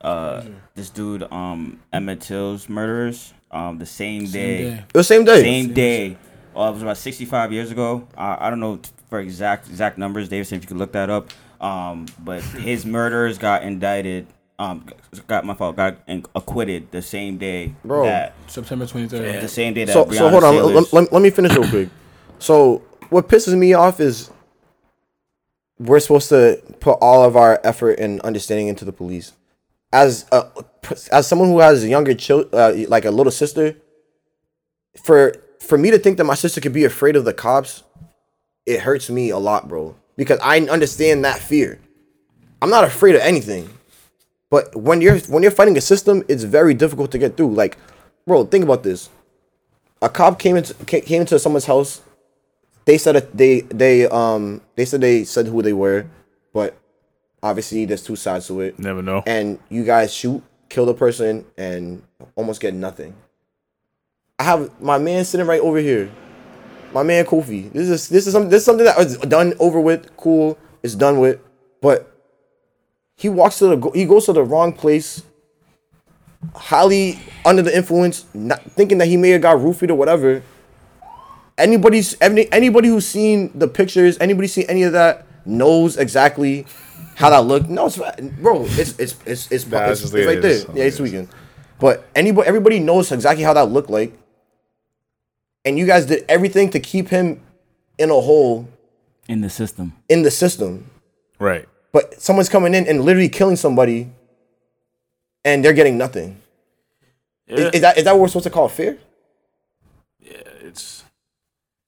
Speaker 2: Uh, this dude, um, Emmett Till's murderers, um, the same, day,
Speaker 4: day.
Speaker 3: It was same day.
Speaker 2: same day. Oh, it was about 65 years ago. I, I don't know t- for exact exact numbers, Davidson. If you could look that up. Um, but his murderers got indicted. Um, got my fault. Got in, acquitted the same day.
Speaker 3: Bro.
Speaker 2: That,
Speaker 4: September 23rd.
Speaker 2: the same day that.
Speaker 3: So, so
Speaker 2: Breonna
Speaker 3: hold on.
Speaker 2: Taylor's-
Speaker 3: Let, let, let me finish real quick. So what pisses me off is we're supposed to put all of our effort and understanding into the police. As a as someone who has younger chil- uh, like a little sister, for for me to think that my sister could be afraid of the cops, it hurts me a lot, bro. Because I understand that fear. I'm not afraid of anything. But when you're when you're fighting a system, it's very difficult to get through. Like, bro, think about this. A cop came into ca- came into someone's house. They said that they they um they said they said who they were, but obviously there's two sides to it.
Speaker 1: Never know.
Speaker 3: And you guys shoot, kill the person, and almost get nothing. I have my man sitting right over here. My man Kofi. This is this is something this is something that is done over with. Cool. It's done with. But he walks to the go- he goes to the wrong place. Highly under the influence, not thinking that he may have got roofied or whatever. Anybody's any, anybody who's seen the pictures, anybody seen any of that knows exactly how that looked. No, it's bro, it's it's it's it's,
Speaker 1: Nah, it's
Speaker 3: it's,
Speaker 1: just-
Speaker 3: it's
Speaker 1: it
Speaker 3: right
Speaker 1: is.
Speaker 3: there. Yeah, it's
Speaker 1: It is.
Speaker 3: weekend. But anybody, everybody knows exactly how that looked like. And you guys did everything to keep him in a hole
Speaker 2: in the system.
Speaker 3: in the system.
Speaker 1: Right.
Speaker 3: But someone's coming in and literally killing somebody, and they're getting nothing. Is- Is, that is that what we're supposed to call fear?
Speaker 1: It's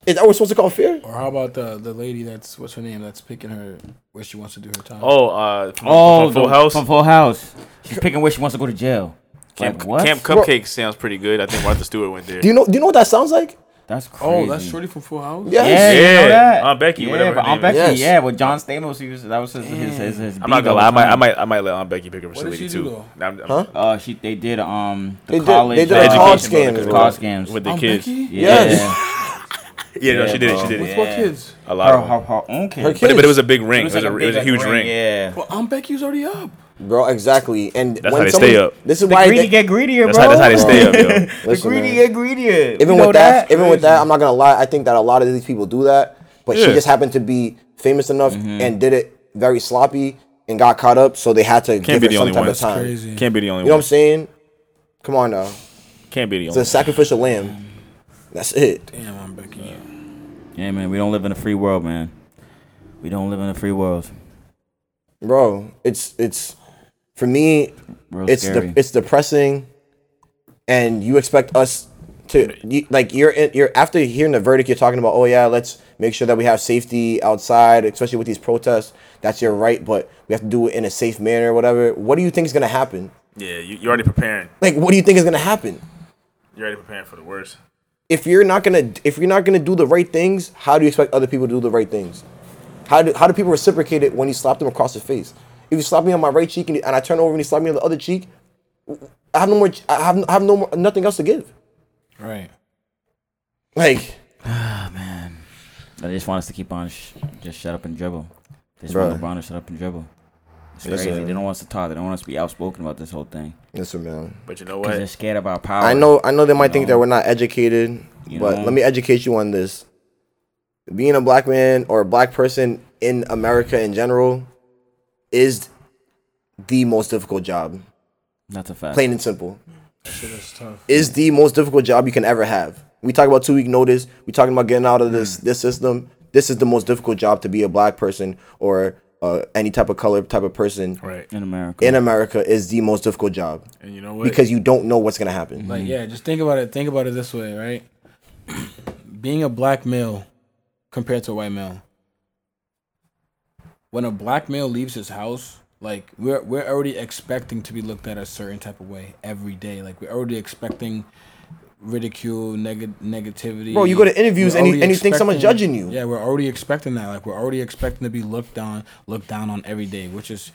Speaker 3: Is that what we're supposed to call fear?
Speaker 4: Or how about the the lady that's what's her name that's picking her where she wants to do her time?
Speaker 1: oh, uh, from,
Speaker 2: Oh,
Speaker 1: from Full
Speaker 2: the-
Speaker 1: House.
Speaker 2: From Full House. She's picking where she wants to go to jail.
Speaker 1: Camp,
Speaker 2: like, what?
Speaker 1: Camp Cupcake sounds pretty good. I think Martha Stewart went there.
Speaker 3: Do you know? Do you know what that sounds like?
Speaker 2: That's crazy.
Speaker 4: Oh, that's Shorty from Full House.
Speaker 3: Yeah.
Speaker 2: Yeah, you
Speaker 1: Yeah,
Speaker 2: know that.
Speaker 1: Aunt Becky,
Speaker 2: Yeah,
Speaker 1: whatever her
Speaker 2: but Aunt
Speaker 1: name
Speaker 2: Becky.
Speaker 1: is.
Speaker 3: Yes.
Speaker 2: Yeah, with John Stamos, he was, that was his his his. his
Speaker 1: I'm not
Speaker 2: beat
Speaker 1: gonna
Speaker 2: all
Speaker 1: lie. I
Speaker 2: the
Speaker 1: might, I
Speaker 2: time.
Speaker 1: might, I might let Aunt Becky pick up
Speaker 4: What did
Speaker 1: facility
Speaker 4: she do,
Speaker 1: too.
Speaker 4: though?
Speaker 1: Nah, I'm- I'm-
Speaker 3: Huh?
Speaker 2: Uh, she they did um the
Speaker 3: They did-
Speaker 2: college.
Speaker 3: they did
Speaker 1: the
Speaker 3: a
Speaker 2: uh,
Speaker 3: college
Speaker 1: education
Speaker 3: scams,
Speaker 1: program
Speaker 3: bro.
Speaker 2: College scams.
Speaker 1: with the
Speaker 3: Um,
Speaker 4: Aunt
Speaker 1: kids.
Speaker 4: Becky?
Speaker 2: Yeah.
Speaker 3: Yes.
Speaker 1: Yeah, no, she did it. She
Speaker 2: bro.
Speaker 1: did
Speaker 4: With
Speaker 1: it.
Speaker 4: what
Speaker 2: Yeah.
Speaker 4: kids?
Speaker 1: A lot
Speaker 2: Her,
Speaker 1: of
Speaker 2: her,
Speaker 1: them.
Speaker 2: her own kids.
Speaker 3: Her kids.
Speaker 1: But it, but it was a big ring. It was,
Speaker 2: like
Speaker 1: a, it was a
Speaker 2: big,
Speaker 1: huge
Speaker 2: like,
Speaker 1: ring.
Speaker 2: Yeah.
Speaker 4: Well, Aunt Becky's already up.
Speaker 3: bro. Exactly. And
Speaker 1: That's how they
Speaker 3: someone-
Speaker 1: stay up.
Speaker 3: This is
Speaker 2: The
Speaker 3: why.
Speaker 2: greedy
Speaker 3: they-
Speaker 2: get greedier,
Speaker 1: That's
Speaker 2: bro.
Speaker 1: how, that's how they stay up, yo.
Speaker 2: The
Speaker 3: Listen,
Speaker 2: greedy
Speaker 3: man.
Speaker 2: get greedier. You
Speaker 3: even
Speaker 2: know
Speaker 3: with that, even with that, I'm not gonna lie. I think that a lot of these people do that, but she
Speaker 1: Yeah.
Speaker 3: just happened to be famous enough
Speaker 2: Mm-hmm.
Speaker 3: and did it very sloppy and got caught up, so they had to give
Speaker 1: be
Speaker 3: her
Speaker 1: the
Speaker 3: some
Speaker 1: only
Speaker 3: type
Speaker 1: one.
Speaker 3: of
Speaker 1: That's
Speaker 3: time.
Speaker 4: Crazy.
Speaker 1: Can't be the only
Speaker 3: You know what I'm
Speaker 1: one.
Speaker 3: saying? Come on now,
Speaker 1: Can't be the
Speaker 3: it's
Speaker 1: only
Speaker 3: a
Speaker 1: one.
Speaker 3: sacrificial lamb. That's it.
Speaker 4: Damn, Aunt Becky.
Speaker 2: Yeah, man. We don't live in a free world, man. We don't live in a free world.
Speaker 3: bro it's it's for me
Speaker 2: Real
Speaker 3: it's
Speaker 2: scary.
Speaker 3: de- it's depressing and you expect us to you, like you're in, you're after hearing the verdict you're talking about oh yeah let's make sure that we have safety outside especially with these protests that's your right but we have to do it in a safe manner or whatever what do you think is going to happen
Speaker 1: Yeah, you, you're already preparing.
Speaker 3: like what do you think is going to happen
Speaker 1: You're already preparing for the worst.
Speaker 3: if you're not going to if you're not going to do the right things how do you expect other people to do the right things how do, how do people reciprocate it when you slap them across the face if you slap me on my right cheek and, and i turn over and you slap me on the other cheek i have no more i have, I have no more, nothing else to give
Speaker 4: Right.
Speaker 3: like
Speaker 2: They just want us to keep on sh- just shut up and dribble. They just
Speaker 3: Bruh.
Speaker 2: want LeBron to shut up and dribble. It's
Speaker 3: Yes,
Speaker 2: crazy.
Speaker 3: sir.
Speaker 2: They don't want us to talk. They don't want us to be outspoken about this whole thing
Speaker 3: Yes, sir, man.
Speaker 1: But you know
Speaker 2: because they're
Speaker 1: what?
Speaker 2: scared of our power.
Speaker 3: I know, I know they might
Speaker 2: You
Speaker 3: think
Speaker 2: know?
Speaker 3: that we're not educated,
Speaker 2: You
Speaker 3: but
Speaker 2: know?
Speaker 3: let me educate you on this. Being a black man or a black person in America in general is the most difficult job.
Speaker 2: That's a fact.
Speaker 3: Plain and simple,
Speaker 4: Shit, that's tough.
Speaker 3: is the most difficult job you can ever have. We talk about two week notice. We talking about getting out of
Speaker 1: Mm.
Speaker 3: this this system. This is the most difficult job to be a black person or uh, any type of color type of person
Speaker 1: Right.
Speaker 2: in America.
Speaker 3: in America is the most difficult job
Speaker 1: And you know what?
Speaker 3: because you don't know what's gonna happen.
Speaker 4: Like yeah, just think about it. Think about it this way, right? Being a black male compared to a white male. When a black male leaves his house, like we're we're already expecting to be looked at a certain type of way every day. Like we're already expecting ridicule, neg- negativity.
Speaker 3: Bro, you go to interviews
Speaker 4: We're
Speaker 3: and you-
Speaker 4: already
Speaker 3: and you think someone's
Speaker 4: expecting-
Speaker 3: judging you.
Speaker 4: Yeah, we're already expecting that. Like we're already expecting to be looked down, looked down on every day, which is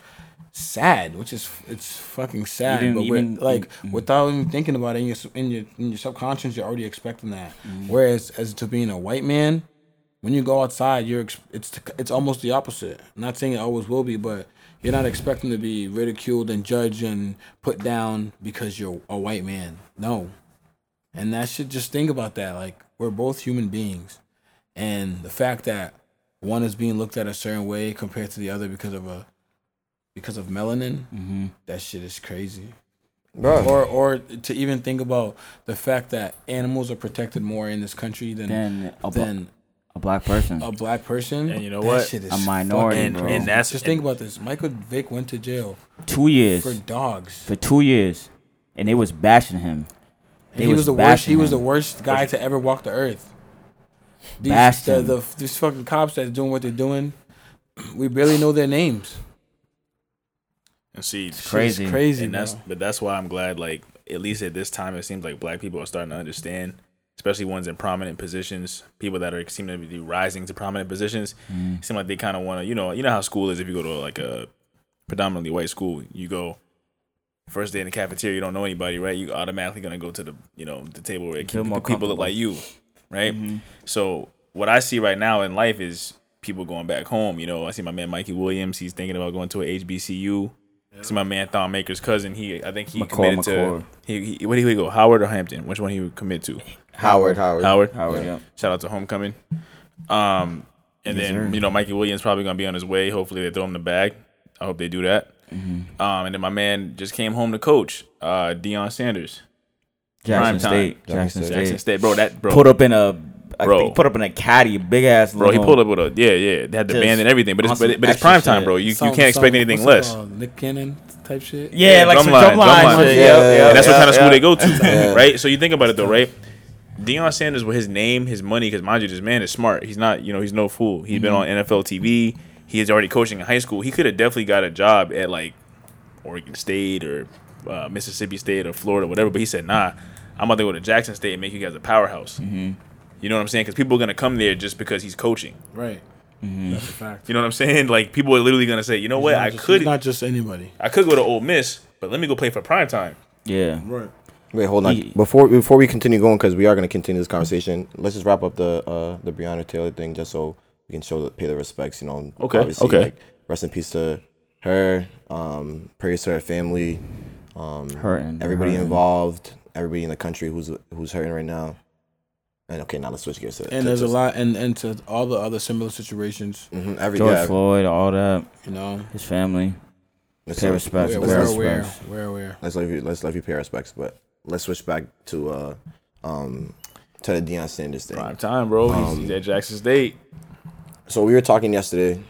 Speaker 4: sad. Which is it's fucking sad.
Speaker 2: didn't
Speaker 4: But
Speaker 2: even- mm-hmm.
Speaker 4: we're, like without even thinking about it in your in your in your subconscious, you're already expecting that.
Speaker 2: Mm-hmm.
Speaker 4: Whereas as to being a white man, when you go outside, you're ex- it's it's almost the opposite. I'm not saying it always will be, but you're not expecting to be ridiculed and judged and put down because you're a white man. No, and that should just think about that. Like we're both human beings, and the fact that one is being looked at a certain way compared to the other because of a because of melanin, that shit is crazy.
Speaker 3: Bro,
Speaker 4: Or or to even think about the fact that animals are protected more in this country than than,
Speaker 2: Than a, bla- a black person.
Speaker 4: a black person.
Speaker 1: And you know
Speaker 4: That
Speaker 1: what?
Speaker 4: shit is
Speaker 2: A minority,
Speaker 4: fucking
Speaker 1: and,
Speaker 2: bro.
Speaker 4: crazy.
Speaker 1: and that's
Speaker 4: just think about this. Michael Vick went to jail
Speaker 2: two years
Speaker 4: for
Speaker 2: for,
Speaker 4: dogs.
Speaker 2: two years, and they was bashing him.
Speaker 4: And
Speaker 2: They
Speaker 4: he was,
Speaker 2: was
Speaker 4: the worst.
Speaker 2: bashing
Speaker 4: He was
Speaker 2: him.
Speaker 4: the worst guy to ever walk the earth. These
Speaker 2: Bashed
Speaker 4: the,
Speaker 2: him.
Speaker 4: the, these fucking cops that's doing what they're doing. We barely know their names.
Speaker 1: and see,
Speaker 4: Shit is
Speaker 2: Crazy.
Speaker 4: crazy.
Speaker 1: and that's
Speaker 4: bro.
Speaker 1: but that's why I'm glad. Like at least at this time, it seems like black people are starting to understand, especially ones in prominent positions. People that are seem to be rising to prominent positions
Speaker 2: Mm.
Speaker 1: seem like they kind of want to. You know, you know how school is. If you go to like a predominantly white school, you go. First day in the cafeteria, you don't know anybody, right? You automatically gonna go to the, you know, the table where
Speaker 2: Feel more
Speaker 1: the people look
Speaker 2: comfortable. Mm-hmm.
Speaker 1: like you, right? So what I see right now in life is people going back home. You know, I see my man Mikey Williams. He's thinking about going to a HBCU. See my man Thon Maker's cousin. He, I think he
Speaker 2: McCall,
Speaker 1: committed
Speaker 2: McCall.
Speaker 1: to. He, he, where did he go? Howard or Hampton? Which one he would commit to?
Speaker 3: Howard, Howard.
Speaker 1: Howard.
Speaker 2: Howard, yep.
Speaker 1: Shout out to Homecoming. Um, and
Speaker 2: Yes,
Speaker 1: then
Speaker 2: sir.
Speaker 1: you know Mikey Williams probably gonna be on his way. Hopefully they throw him the bag. I hope they do that.
Speaker 2: Mm-hmm.
Speaker 1: Um, and then my man just came home to coach, uh, Deion Sanders,
Speaker 2: Jackson
Speaker 1: Prime time.
Speaker 2: State.
Speaker 3: Jackson
Speaker 2: Jackson
Speaker 3: State.
Speaker 2: State.
Speaker 1: Jackson State, bro. That bro,
Speaker 2: Put up in a. I
Speaker 1: Bro.
Speaker 2: think put up in a caddy, big ass.
Speaker 1: bro. He pulled up with a yeah, yeah. They had the
Speaker 2: Just
Speaker 1: band and everything, but it's but,
Speaker 2: awesome
Speaker 1: it, but it's
Speaker 2: extra
Speaker 1: prime time,
Speaker 2: shit.
Speaker 1: bro. You, you
Speaker 4: Some-
Speaker 1: can't expect
Speaker 4: some-
Speaker 1: anything
Speaker 4: what's it
Speaker 1: less.
Speaker 4: called? Nick Cannon type shit.
Speaker 2: Yeah, like some
Speaker 1: drumline,
Speaker 2: drum
Speaker 1: drumline.
Speaker 2: line. shit.
Speaker 3: Yeah,
Speaker 2: Yep,
Speaker 3: yeah,
Speaker 2: yep,
Speaker 3: yeah.
Speaker 1: And that's
Speaker 2: yep,
Speaker 1: what kind of school
Speaker 2: yep.
Speaker 1: they go to, right? So you think about it though, right? Deion Sanders with his name, his money, because mind you, this man is smart. He's not, you know, he's no fool. He's been on NFL TV. He is already coaching in high school. He could have definitely got a job at like Oregon State or uh, Mississippi State or Florida, whatever. But he said, "Nah, I'm about to go to Jackson State and make you guys a powerhouse." You know what I'm saying? Because people are gonna come there just because he's coaching.
Speaker 4: Right. That's a fact.
Speaker 1: You know what I'm saying? Like people are literally gonna say, "You know what?
Speaker 4: Mm-hmm. Not
Speaker 1: I
Speaker 4: just-
Speaker 1: could,
Speaker 4: not just anybody.
Speaker 1: I could go to Ole Miss, but let me go play for prime time."
Speaker 2: Yeah,
Speaker 4: Right.
Speaker 3: Wait, hold on.
Speaker 2: He-
Speaker 3: before before we continue going, because we are going to continue this conversation, let's just wrap up the uh, the Breonna Taylor thing, just so we can show the, pay the respects. You know,
Speaker 1: Okay, okay.
Speaker 3: Like, rest in peace to her. Um, praise to her family. Um,
Speaker 2: hurting.
Speaker 3: everybody
Speaker 2: hurting.
Speaker 3: involved, everybody in the country who's who's hurting right now. And okay, now let's switch gears. To, to
Speaker 4: And there's a
Speaker 3: just-
Speaker 4: lot, and and to all the other similar situations,
Speaker 3: Mhm, every
Speaker 2: George
Speaker 3: yeah,
Speaker 2: Floyd, all that,
Speaker 4: you know.
Speaker 2: his family.
Speaker 3: let's
Speaker 2: Pay
Speaker 3: let-
Speaker 2: respects.
Speaker 3: let's-
Speaker 4: We're, we're
Speaker 2: Where-
Speaker 3: let's-
Speaker 4: aware.
Speaker 2: respects.
Speaker 4: We're aware.
Speaker 3: let's let you let's let you pay respects, but let's switch back to uh um to the Deion Sanders thing.
Speaker 1: Prime time, bro. He's-
Speaker 4: Um,
Speaker 1: he's at Jackson State.
Speaker 3: So we were talking yesterday,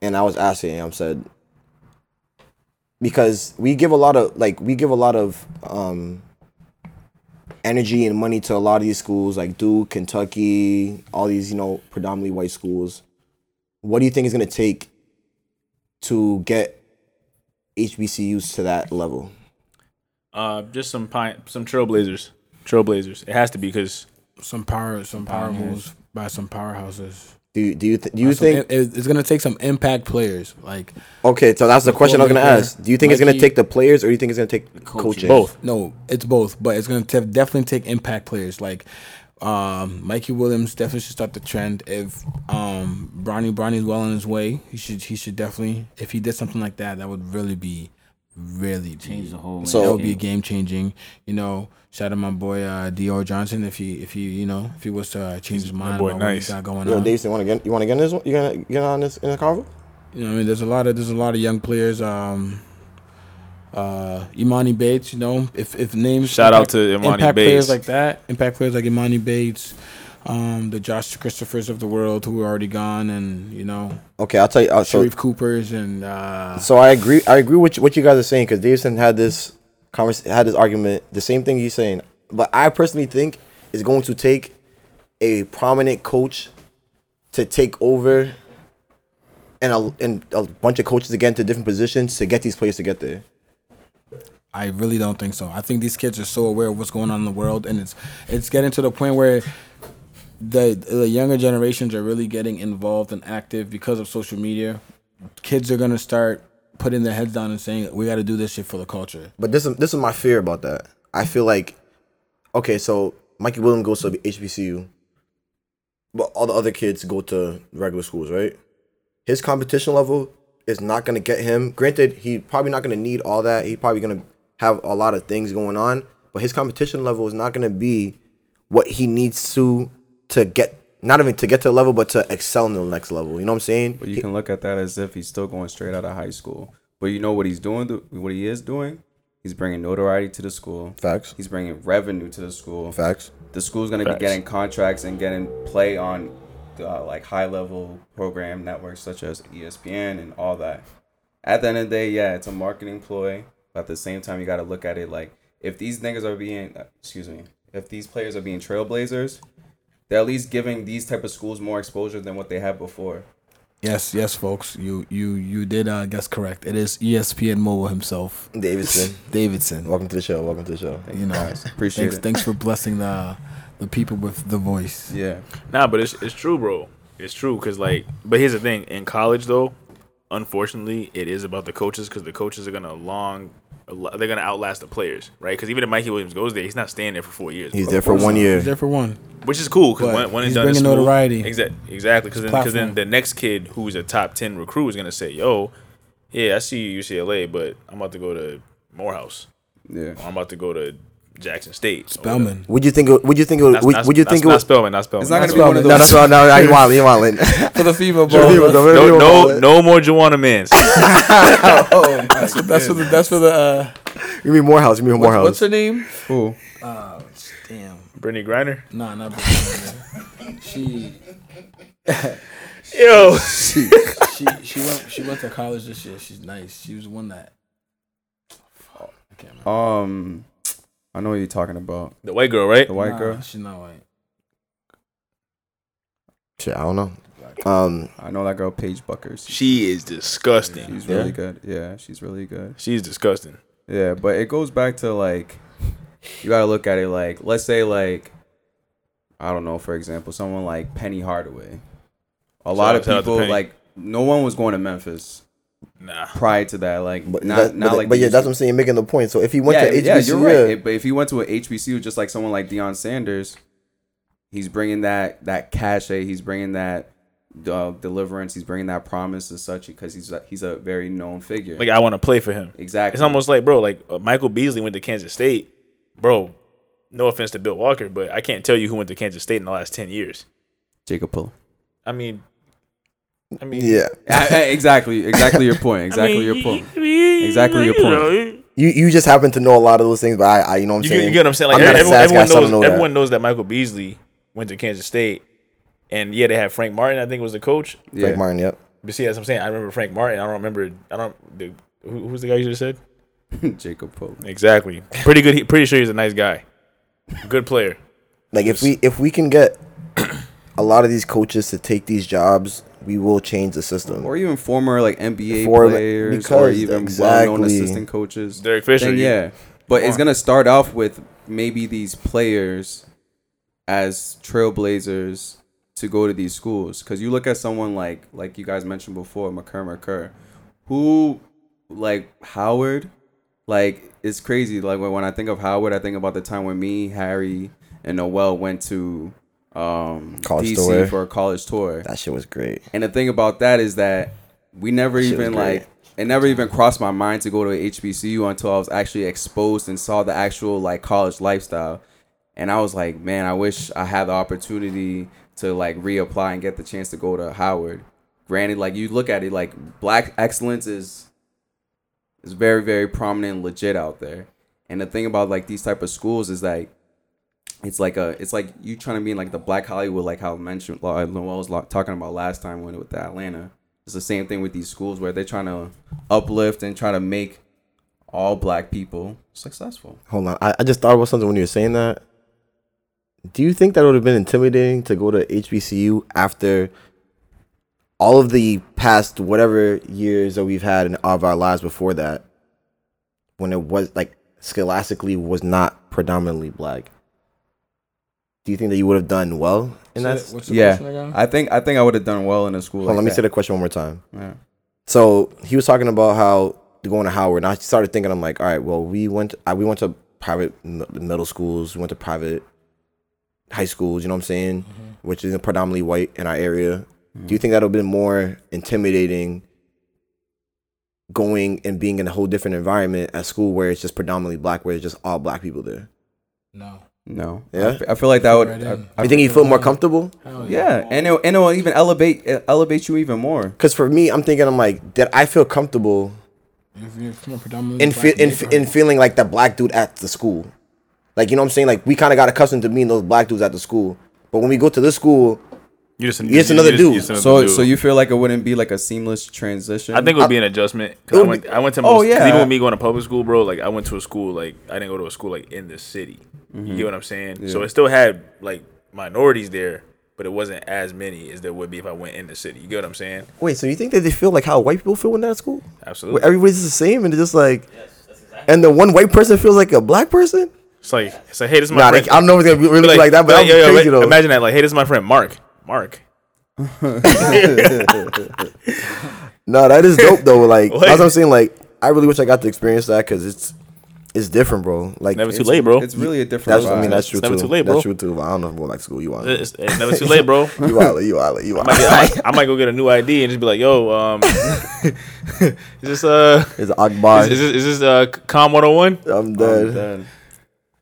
Speaker 3: and I was asking him. Said because we give a lot of like we give a lot of um energy and money to a lot of these schools like Duke, Kentucky, all these you know predominantly white schools. What do you think is gonna take to get HBCUs to that level?
Speaker 1: Uh, just some pine, some trailblazers, trailblazers. It has to be because
Speaker 4: Some power, some power moves by some powerhouses.
Speaker 3: Do you, do you th- do you
Speaker 4: Some,
Speaker 3: think?
Speaker 4: it, it's gonna take some impact players. Like
Speaker 3: Okay, so that's the
Speaker 4: Before
Speaker 3: question I was
Speaker 4: we
Speaker 3: gonna
Speaker 4: hear
Speaker 3: ask. Do you think it's gonna
Speaker 4: Mikey-
Speaker 3: take the players, or do you think it's gonna take coaching?
Speaker 1: both.
Speaker 4: no, it's both, but it's gonna te- definitely take impact players. Like Um, Mikey Williams definitely should start the trend. If um, Bronny Bronny's well on his way, he should he should definitely if he did something like that, that would really be really
Speaker 2: Change the whole.
Speaker 3: So-
Speaker 4: that
Speaker 2: landscape.
Speaker 4: would be game changing. You know, shout out my boy uh, Dr. Johnson if he if he you know if he was to uh, change his mind
Speaker 1: boy
Speaker 4: about what
Speaker 1: nice.
Speaker 4: he's got going
Speaker 3: Yo,
Speaker 4: on.
Speaker 3: Davidson, want to get you want to get in this? one? You gonna get on this in the convo?
Speaker 4: You know, what I mean, there's a lot of there's a lot of young players. Um, uh, Imani Bates, you know, if if names
Speaker 1: Shout out to Imani
Speaker 4: impact
Speaker 1: Bates.
Speaker 4: players like that, impact players like Imani Bates, um, the Josh Christophers of the world who are already gone, and you know
Speaker 3: Okay, I'll tell you. Uh, so,
Speaker 4: Sharif Coopers and uh,
Speaker 3: so I agree. I agree with what you guys are saying because Davidson had this convers had this argument, the same thing he's saying. But I personally think it's going to take a prominent coach to take over, and a and a bunch of coaches again to different positions to get these players to get there.
Speaker 4: I really don't think so. I think these kids are so aware of what's going on in the world, and it's it's getting to the point where the the younger generations are really getting involved and active because of social media. Kids are gonna start putting their heads down and saying, "We got to do this shit for the culture."
Speaker 3: But this is this is my fear about that. I feel like, okay, so Mikey Williams goes to HBCU, but all the other kids go to regular schools, right? His competition level is not going to get him. Granted, he probably not going to need all that. He probably going to have a lot of things going on, but his competition level is not going to be what he needs to to get not even to get to the level, but to excel in the next level. You know what I'm saying?
Speaker 5: But you can look at that as if he's still going straight out of high school. But you know what he's doing? What he is doing? He's bringing notoriety to the school.
Speaker 3: Facts.
Speaker 5: He's bringing revenue to the school.
Speaker 3: Facts.
Speaker 5: The school's gonna
Speaker 1: Facts.
Speaker 5: be getting contracts and getting play on uh, like high level program networks such as E ESPN and all that. At the end of the day, yeah, it's a marketing ploy. But at the same time, you gotta look at it like if these niggas are being, uh, excuse me, if these players are being trailblazers, they're at least giving these type of schools more exposure than what they had before.
Speaker 4: Yes, yes, folks, you you you did uh, guess correct. It is E ESPN Mobile himself,
Speaker 3: Davidson,
Speaker 4: Davidson.
Speaker 3: welcome to the show. Welcome to the show.
Speaker 4: You know,
Speaker 5: Appreciate
Speaker 4: thanks
Speaker 5: it.
Speaker 4: thanks for blessing the the people with the voice.
Speaker 5: Yeah.
Speaker 1: Nah, but it's it's true, bro. It's true because like, but here's the thing: in college, though, unfortunately, it is about the coaches because the coaches are gonna long, they're gonna outlast the players, right? Because even if Mikey Williams goes there, he's not staying there for four years,
Speaker 3: He's
Speaker 1: bro.
Speaker 3: there for one year.
Speaker 4: He's there for one.
Speaker 1: which is cool because
Speaker 4: But
Speaker 1: when, when it's
Speaker 4: he's
Speaker 1: done, it's
Speaker 4: bringing
Speaker 1: smooth.
Speaker 4: notoriety.
Speaker 1: Exactly, exactly. Because then, 'cause then
Speaker 4: Platform.
Speaker 1: the next kid who's a top ten recruit is gonna say, "Yo, yeah, I see you UCLA, but I'm about to go to Morehouse.
Speaker 5: Yeah.
Speaker 1: Or I'm about to go to Jackson State.
Speaker 4: Bellman.
Speaker 3: Would you think? It, would you think? It, would,
Speaker 1: That's, that's,
Speaker 3: would you
Speaker 1: that's
Speaker 3: think? it
Speaker 1: not
Speaker 3: would,
Speaker 1: Spellman? Not Spellman.
Speaker 5: It's not
Speaker 1: Not
Speaker 5: gonna be one of
Speaker 3: No,
Speaker 5: those.
Speaker 3: no, no, no, no, you wild, you wildin'.
Speaker 4: For the FIBA
Speaker 3: Don't-
Speaker 4: ball.
Speaker 1: Spellman. No, no, no more Joanna Mans.
Speaker 4: oh, that's, that's for the that's for the uh,
Speaker 3: You mean Morehouse? You mean
Speaker 4: what's,
Speaker 3: Morehouse?
Speaker 4: what's her name?
Speaker 5: Who?
Speaker 4: Uh, Damn.
Speaker 1: Brittany Griner.
Speaker 4: Nah, not Brittany. she
Speaker 1: Yo.
Speaker 4: she she went she went to college this year. She's nice. She was one that I can't remember.
Speaker 5: Um, I know what you're talking about.
Speaker 1: The white girl, right?
Speaker 5: The white
Speaker 4: Nah,
Speaker 5: girl.
Speaker 4: She's not white.
Speaker 3: Shit, I don't know. Um,
Speaker 5: I know that girl, Paige Buckers.
Speaker 1: She is disgusting.
Speaker 5: She's
Speaker 3: Yeah.
Speaker 5: really good. Yeah, she's really good.
Speaker 1: She's disgusting.
Speaker 5: Yeah, but it goes back to like, you gotta look at it like, let's say like, I don't know, for example, someone like Penny Hardaway. A lot
Speaker 1: out-
Speaker 5: of
Speaker 1: shout out to
Speaker 5: people
Speaker 1: Penny.
Speaker 5: like no one was going to Memphis
Speaker 1: Nah.
Speaker 5: prior to that. Like,
Speaker 3: but
Speaker 5: not,
Speaker 3: that,
Speaker 5: not
Speaker 3: but,
Speaker 5: like.
Speaker 3: but
Speaker 5: they
Speaker 3: yeah,
Speaker 5: used
Speaker 3: that's
Speaker 5: to.
Speaker 3: what I'm saying. Making the point. So if he went
Speaker 5: yeah,
Speaker 3: to HBCU,
Speaker 5: yeah, you're right.
Speaker 3: yeah,
Speaker 5: It- but if he went to an HBCU, just like someone like Deion Sanders, he's bringing that that cachet. He's bringing that uh, deliverance. He's bringing that promise and such because he's a, he's a very known figure.
Speaker 1: Like I want to play for him.
Speaker 5: exactly.
Speaker 1: It's almost like, bro, like uh, Michael Beasley went to Kansas State. Bro, no offense to Bill Walker, but I can't tell you who went to Kansas State in the last 10 years.
Speaker 5: Jacob Pull.
Speaker 1: I mean, I mean,
Speaker 3: yeah.
Speaker 5: exactly. Exactly your point.
Speaker 1: I
Speaker 5: Exactly
Speaker 1: mean,
Speaker 5: your point.
Speaker 1: y- y-
Speaker 5: Exactly your
Speaker 1: you know,
Speaker 5: point.
Speaker 1: you-
Speaker 3: You you just happen to know a lot of those things, but I, I you know what I'm
Speaker 1: You,
Speaker 3: saying.
Speaker 1: get- you get what I'm saying? Like
Speaker 3: I'm not a
Speaker 1: everyone,
Speaker 3: stats guy,
Speaker 1: everyone
Speaker 3: so I
Speaker 1: knows,
Speaker 3: don't know
Speaker 1: everyone
Speaker 3: that.
Speaker 1: knows that Michael Beasley went to Kansas State, and yeah, they had Frank Martin. I think was the coach.
Speaker 5: Yeah.
Speaker 3: Frank Martin, yep.
Speaker 1: But see, that's what I'm saying. I remember Frank Martin. I don't remember. I don't. The, who, who's the guy you just said?
Speaker 5: Jacob Pull.
Speaker 1: Exactly. Pretty good. he- Pretty sure he's a nice guy. Good player.
Speaker 3: Like if we if we can get a lot of these coaches to take these jobs, we will change the system.
Speaker 5: Or even former like NBA
Speaker 3: For, like,
Speaker 5: players or
Speaker 3: because-
Speaker 5: even well-known
Speaker 3: exactly.
Speaker 5: assistant coaches.
Speaker 1: Derek Fisher,
Speaker 5: Then,
Speaker 1: you-
Speaker 5: yeah, but it's gonna start off with maybe these players as trailblazers to go to these schools. Because you look at someone like like you guys mentioned before, McCurr McCurr, who like Howard like it's crazy. Like when, when I think of Howard, I think about the time when me, Harry, and Noel went to um
Speaker 3: College
Speaker 5: DC
Speaker 3: tour.
Speaker 5: for a college tour.
Speaker 3: That shit was great.
Speaker 5: And the thing about that is that we never
Speaker 3: Shit was
Speaker 5: even
Speaker 3: great.
Speaker 5: like it never even crossed my mind to go to a HBCU until I was actually exposed and saw the actual like college lifestyle. And I was like, man, I wish I had the opportunity to like reapply and get the chance to go to Howard. Granted, like you look at it, like black excellence is is very, very prominent and legit out there. And the thing about like these type of schools is like it's like a it's like you trying to be in like the black Hollywood, like how mentioned uh, Noel was lo- talking about last time when with the Atlanta. It's the same thing with these schools where they're trying to uplift and try to make all black people successful.
Speaker 3: Hold on. I, I just thought about something when you were saying that. Do you think that would have been intimidating to go to HBCU after all of the past whatever years that we've had in of our lives before that, when it was like scholastically was not predominantly black? Do you think that you would have done well in
Speaker 4: So
Speaker 3: that?
Speaker 4: what's the question
Speaker 5: Yeah,
Speaker 4: again?
Speaker 5: I think I think I would have done well in a school.
Speaker 3: Hold on, let
Speaker 5: like
Speaker 3: me say
Speaker 5: that.
Speaker 3: the question one more time.
Speaker 5: Yeah.
Speaker 3: So he was talking about how going to Howard, and I started thinking, I'm like, all right, well, we went, I, we went to private m- middle schools, we went to private high schools, you know what I'm saying, which is predominantly white in our area. Do you think that would have been more intimidating going and being in a whole different environment at school where it's just predominantly black, where it's just all black people there?
Speaker 4: No.
Speaker 5: No,
Speaker 3: Yeah?
Speaker 5: I fe- I feel like that would.
Speaker 4: Right
Speaker 5: I,
Speaker 4: in.
Speaker 5: I-
Speaker 3: you think you feel more comfortable?
Speaker 4: Hell
Speaker 5: yeah, and it and it'll even elevate it elevate you even more.
Speaker 3: Because for me, I'm thinking, I'm like, did I feel comfortable
Speaker 4: If you're from a predominantly
Speaker 3: in,
Speaker 4: black
Speaker 3: fe- in, fe- in
Speaker 4: neighborhood.
Speaker 3: feeling like the black dude at the school. Like, you know what I'm saying? Like, we kind of got accustomed to being those black dudes at the school. But when we go to this school,
Speaker 1: You just,
Speaker 3: Yes, another dude.
Speaker 5: So so you feel like it wouldn't be like a seamless transition.
Speaker 1: I think it would be an adjustment. 'cause I
Speaker 3: it would
Speaker 1: went,
Speaker 3: be-
Speaker 1: I went to
Speaker 5: Oh,
Speaker 1: most, 'cause
Speaker 5: yeah.
Speaker 1: even with me going to public school, bro. Like I went to a school like I didn't go to a school like in the city. You get what I'm saying? So it still had like minorities there, but it wasn't as many as there would be if I went in the city. You get what I'm saying?
Speaker 3: wait, so you think that they feel like how white people feel when they're at school?
Speaker 1: Absolutely.
Speaker 3: Where everybody's the same and it's just like, and the one white person feels like a black person?
Speaker 1: it's like it's like hey, this is my
Speaker 3: Nah,
Speaker 1: friend.
Speaker 3: like, I don't know if it's going to really like, like that, but that
Speaker 1: yo,
Speaker 3: would
Speaker 1: yo,
Speaker 3: be crazy
Speaker 1: wait,
Speaker 3: though.
Speaker 1: Imagine that. Like hey, this is my friend Mark. Mark.
Speaker 3: No, that is dope though. Like,
Speaker 1: Wait.
Speaker 3: that's what I'm saying. Like, I really wish I got to experience that because it's, it's different, bro. Like,
Speaker 1: Never
Speaker 3: it's,
Speaker 1: too late, bro.
Speaker 5: it's really a different.
Speaker 3: That's, I mean,
Speaker 5: vibe.
Speaker 3: that's true
Speaker 1: never
Speaker 3: too.
Speaker 1: too late, bro.
Speaker 3: That's true too. I don't know if I'm going back to school. You are.
Speaker 1: It's, it's never too late, bro.
Speaker 3: You are. You are. You
Speaker 1: I might, get- I
Speaker 3: are.
Speaker 1: might- I might go get a new ID and just be like, yo, um, is this uh,
Speaker 3: It's Akbar.
Speaker 1: is, is this, is this uh, Com 101?
Speaker 3: I'm
Speaker 5: I'm
Speaker 3: dead.
Speaker 5: dead.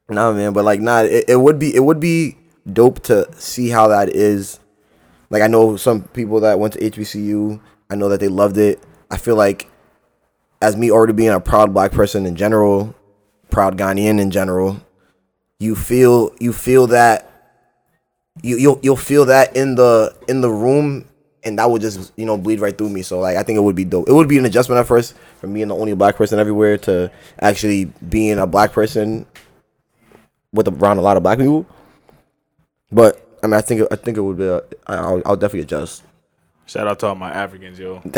Speaker 3: Nah, man, but like, nah, it, it would be it would be dope to see how that is. Like, I know some people that went to HBCU. I know that they loved it. I feel like, as me already being a proud black person in general, proud Ghanaian in general, you feel you feel that you you'll you'll feel that in the in the room, and that would just you know bleed right through me. So like, I think it would be dope. It would be an adjustment at first from being the only black person everywhere to actually being a black person with around a lot of black people. But I mean, I think I think it would be. A, I, I'll, I'll definitely adjust.
Speaker 1: Shout out to all my Africans, yo.
Speaker 5: You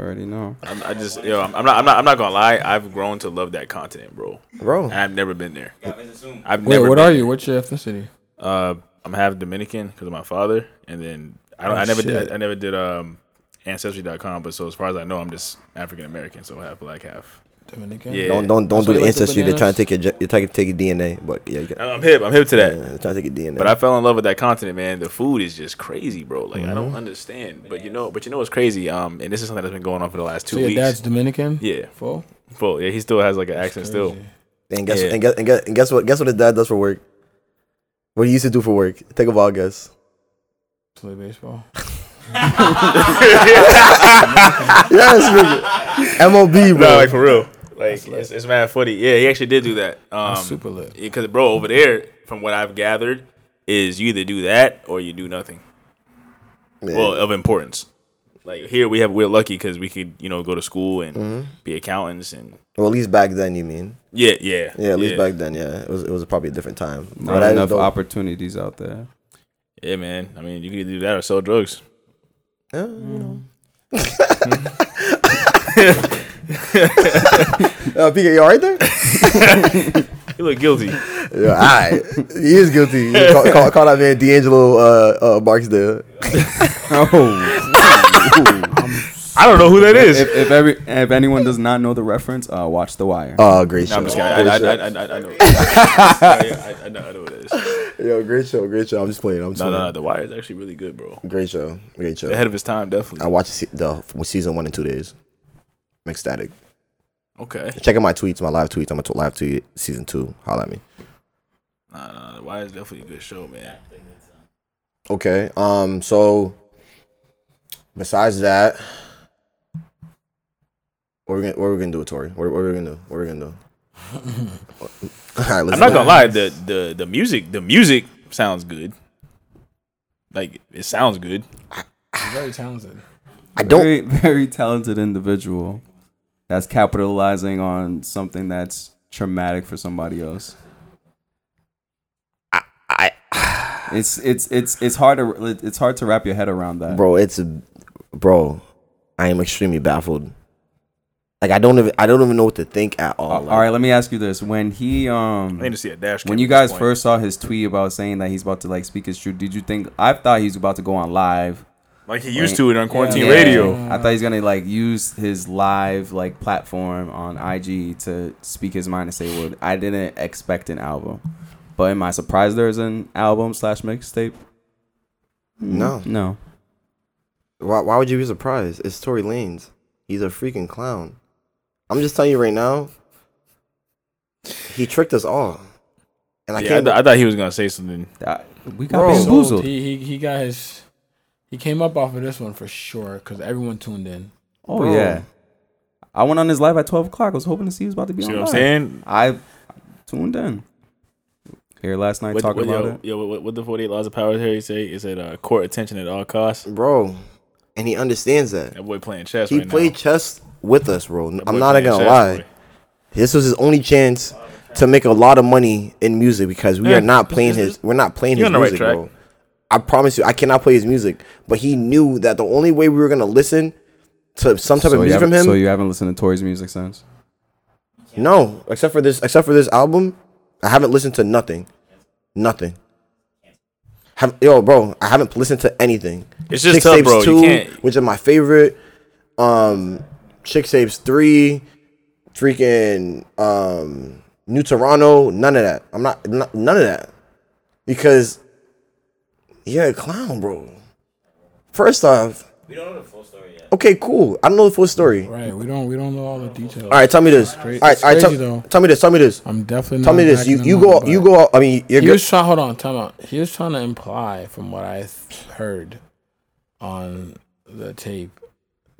Speaker 5: already know.
Speaker 1: I'm, I just, yo, I'm I'm not, I'm not, I'm not gonna lie. I've grown to love that continent, bro.
Speaker 3: Bro.
Speaker 1: And I've never been there.
Speaker 2: soon.
Speaker 1: I've
Speaker 4: Wait,
Speaker 1: never.
Speaker 4: what
Speaker 1: been
Speaker 4: are you? What's your ethnicity?
Speaker 1: there. Uh, I'm half Dominican because of my father, and then I don't,
Speaker 4: Oh,
Speaker 1: I never,
Speaker 4: shit.
Speaker 1: did, I never did um ancestry.com. But so as far as I know, I'm just African American, so half black, half.
Speaker 4: Dominican.
Speaker 1: Yeah.
Speaker 3: Don't don't don't do
Speaker 4: So you
Speaker 3: the
Speaker 4: like the
Speaker 3: ancestry. They're trying
Speaker 4: bananas?
Speaker 3: to take your ge- you're trying to take your DNA, but yeah, you got,
Speaker 1: I'm hip. I'm hip to that.
Speaker 3: yeah, they're trying to take your DNA.
Speaker 1: But I fell in love with that continent, man. The food is just crazy, bro. Like I
Speaker 4: Mm-hmm.
Speaker 1: don't understand. But you know, but you know what's crazy? Um, and this is something that's been going on for the last two
Speaker 4: So your
Speaker 1: weeks.
Speaker 4: dad's Dominican?
Speaker 1: yeah,
Speaker 4: Full?
Speaker 1: full. Yeah, he still has like an accent still.
Speaker 4: Crazy.
Speaker 3: and guess
Speaker 1: yeah.
Speaker 3: and guess and guess and guess what? Guess what his dad does for work? What he used to do for work? Take a ball guess.
Speaker 4: Play baseball.
Speaker 3: yes, nigga. MLB, bro.
Speaker 1: No, like for real. Like it's, it's mad funny. Yeah, he actually did do that. Um,
Speaker 4: super lit.
Speaker 1: Because bro, over there, from what I've gathered, is you either do that or you do nothing.
Speaker 3: Yeah.
Speaker 1: Well, of importance. Like here, we have we're lucky because we could you know go to school and be accountants and
Speaker 3: Well, at least back then, you mean?
Speaker 1: yeah, yeah,
Speaker 3: Yeah, at least back then, yeah. It was it was probably a different time.
Speaker 5: Not
Speaker 3: that is
Speaker 5: enough
Speaker 3: dope.
Speaker 5: opportunities out there.
Speaker 1: Yeah, man. I mean, you can either do that or sell drugs.
Speaker 3: Yeah, you know. uh, PK, you all right there?
Speaker 1: You look guilty.
Speaker 3: Yeah, all right. He is guilty. You Call, call, call that man D'Angelo uh, uh, Barksdale.
Speaker 5: Oh,
Speaker 4: I'm
Speaker 1: I don't know who that is.
Speaker 5: If, if every if anyone does not know the reference, uh, watch The Wire.
Speaker 3: Oh, great
Speaker 1: No,
Speaker 3: show.
Speaker 1: I'm just kidding. I, I, I, I, I, I know. I, I, I know I know what it is.
Speaker 3: Yo, great show, great show. I'm just playing. I'm just
Speaker 1: No, no,
Speaker 3: playing.
Speaker 1: no. The Wire is actually really good, bro.
Speaker 3: Great show, great show.
Speaker 1: Ahead of his time,
Speaker 3: I
Speaker 1: definitely.
Speaker 3: watched se- the f- season one in two days. I'm ecstatic.
Speaker 1: Okay.
Speaker 3: Check out my tweets, my live tweets. I'm a t- live tweet season two. Holla at me.
Speaker 1: Nah, nah. The Wire is definitely a good show, man.
Speaker 3: Okay. Um. So, besides that, what we gonna what we gonna do, with Tori? What, what we gonna do? What we gonna do? All right,
Speaker 1: I'm
Speaker 3: listen.
Speaker 1: not gonna lie. The the the music the music sounds good. Like it sounds good.
Speaker 4: He's very talented.
Speaker 3: I don't.
Speaker 5: Very very talented individual. That's capitalizing on something that's traumatic for somebody else.
Speaker 3: I,
Speaker 5: It's it's it's it's hard to it's hard to wrap your head around that.
Speaker 3: bro, it's a, bro. I am extremely baffled. Like I don't even I don't even know what to think at all.
Speaker 5: Uh, All
Speaker 3: like,
Speaker 5: right, let me ask you this: When he um,
Speaker 1: I need to see a dash. cam
Speaker 5: when you
Speaker 1: at this
Speaker 5: guys
Speaker 1: point.
Speaker 5: first saw his tweet about saying that he's about to like speak his truth, did you think? I thought he was about to go on live
Speaker 1: like he used to it on quarantine
Speaker 5: Yeah.
Speaker 1: radio.
Speaker 5: I thought he's gonna like use his live like platform on IG to speak his mind and say what. I didn't expect an album, but am I surprised there's an album slash mixtape? Hmm,
Speaker 3: No.
Speaker 5: No,
Speaker 3: Why, why would you be surprised? It's Tory Lanez. He's a freaking clown. I'm just telling you right now. He tricked us all, and I
Speaker 1: yeah, I,
Speaker 3: can't.
Speaker 1: th- I thought he was gonna say something.
Speaker 5: I- we got
Speaker 3: Bro.
Speaker 4: Sold.
Speaker 5: bamboozled.
Speaker 4: He, he he got his. He came up off of this one for sure because everyone tuned in.
Speaker 5: Oh
Speaker 3: Bro.
Speaker 5: yeah, I went on his live at twelve o'clock. I was hoping to see he was about to be
Speaker 1: See what
Speaker 5: on.
Speaker 1: I'm
Speaker 5: live.
Speaker 1: saying?
Speaker 5: I tuned in here last night
Speaker 1: What,
Speaker 5: talking
Speaker 1: what,
Speaker 5: about
Speaker 1: yo,
Speaker 5: it.
Speaker 1: yo, what, what the 48 laws of power Harry say? Is it uh, court attention at all costs?
Speaker 3: bro, and he understands that.
Speaker 1: That boy playing chess
Speaker 3: He
Speaker 1: right
Speaker 3: played
Speaker 1: now.
Speaker 3: chess with us, bro.
Speaker 1: That
Speaker 3: I'm
Speaker 1: boy
Speaker 3: not
Speaker 1: playing
Speaker 3: gonna
Speaker 1: chess,
Speaker 3: lie.
Speaker 1: boy.
Speaker 3: This was his only chance to make a lot of money in music because we
Speaker 1: Yeah,
Speaker 3: are not
Speaker 1: it's-
Speaker 3: playing
Speaker 1: it's-
Speaker 3: his. We're not playing
Speaker 1: you're
Speaker 3: his
Speaker 1: on the right
Speaker 3: music,
Speaker 1: track.
Speaker 3: bro. I promise you, I cannot play his music. But he knew that the only way we were gonna listen to some type
Speaker 5: So
Speaker 3: of
Speaker 5: you,
Speaker 3: music from
Speaker 5: haven't,
Speaker 3: him
Speaker 5: so you haven't listened to Tori's music since?
Speaker 3: No, except for this, except for this album, I haven't listened to nothing, nothing. Have, yo, bro, I haven't listened to anything.
Speaker 1: It's just tough,
Speaker 3: Tapes
Speaker 1: bro. You can't-
Speaker 3: which is my favorite. Um, Chick Tapes Three, freaking um, New Toronto. None of that. I'm not, not none of that because you're a clown, bro. First off, we don't know the full story yet. Okay, cool. I don't know the full story.
Speaker 4: Right. We don't we don't know all the details.
Speaker 3: All right, tell me this.
Speaker 4: Cra-
Speaker 3: all right,
Speaker 4: it's
Speaker 3: all right
Speaker 4: crazy,
Speaker 3: tell,
Speaker 4: though.
Speaker 3: tell me this. Tell me this.
Speaker 4: I'm definitely.
Speaker 3: Tell
Speaker 4: not
Speaker 3: me this.
Speaker 4: backing
Speaker 3: You
Speaker 4: him
Speaker 3: you
Speaker 4: up,
Speaker 3: go
Speaker 4: but
Speaker 3: you go. I mean, you're
Speaker 4: He
Speaker 3: good.
Speaker 4: was trying. Hold on. Time out. He was trying to imply, from what I th- heard on the tape,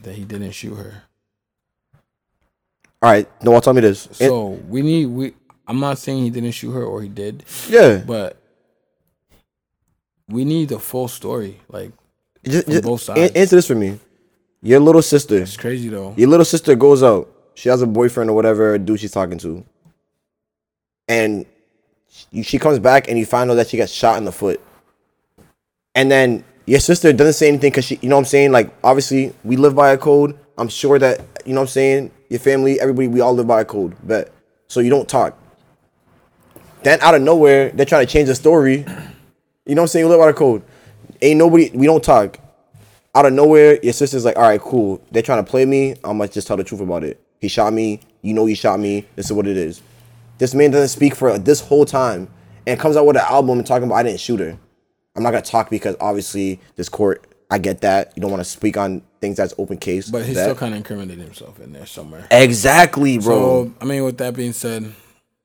Speaker 4: that he didn't shoot her.
Speaker 3: All right, Noel, tell me this. It-
Speaker 4: So we need we. I'm not saying he didn't shoot her or he did,
Speaker 3: yeah,
Speaker 4: but we need the full story. Like
Speaker 3: just,
Speaker 4: from
Speaker 3: just
Speaker 4: both
Speaker 3: an-
Speaker 4: sides.
Speaker 3: answer this for me. Your little sister.
Speaker 4: it's crazy though.
Speaker 3: Your little sister goes out. She has a boyfriend or whatever dude she's talking to, and you, she comes back and you find out that she got shot in the foot. And then your sister doesn't say anything because she, you know what I'm saying? Like, obviously, we live by a code. I'm sure that, you know what I'm saying? Your family, everybody, we all live by a code. But so you don't talk. Then out of nowhere, they're trying to change the story. You know what I'm saying? You live by a code. Ain't nobody, we don't talk. Out of nowhere, your sister's like, all right, cool. They're trying to play me. I'm going to just tell the truth about it. He shot me. You know he shot me. This is what it is. This man doesn't speak for this whole time and comes out with an album and talking about I didn't shoot her. I'm not gonna talk because obviously this court. I get that you don't want to speak on things that's open case.
Speaker 4: But he
Speaker 3: that-
Speaker 4: still kind of incriminated himself in there somewhere.
Speaker 3: exactly, bro.
Speaker 4: So I mean, with that being said,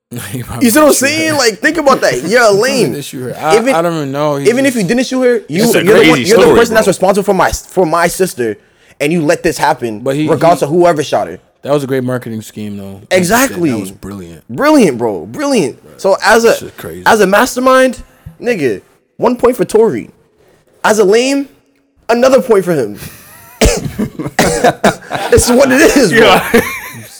Speaker 4: he probably
Speaker 3: you see what I'm
Speaker 4: didn't shoot
Speaker 3: saying?
Speaker 4: her.
Speaker 3: Like, think about that. You're a lame.
Speaker 4: didn't shoot her. I,
Speaker 3: even
Speaker 4: I don't even know. He
Speaker 3: even if you
Speaker 4: just-
Speaker 3: didn't shoot her, you,
Speaker 1: It's
Speaker 3: you're,
Speaker 1: a
Speaker 3: the, one,
Speaker 1: crazy
Speaker 3: you're the
Speaker 1: story,
Speaker 3: person that's
Speaker 1: bro.
Speaker 3: responsible for my for my sister, and you let this happen.
Speaker 4: But he-
Speaker 3: regardless
Speaker 4: he-
Speaker 3: of whoever shot her.
Speaker 4: that was a great marketing scheme though.
Speaker 3: Exactly.
Speaker 4: that was brilliant.
Speaker 3: Brilliant, bro. Brilliant. So as
Speaker 4: This
Speaker 3: a
Speaker 4: is crazy.
Speaker 3: as a mastermind, nigga, one point for Tory. As a lame, another point for him. it's what it is, bro.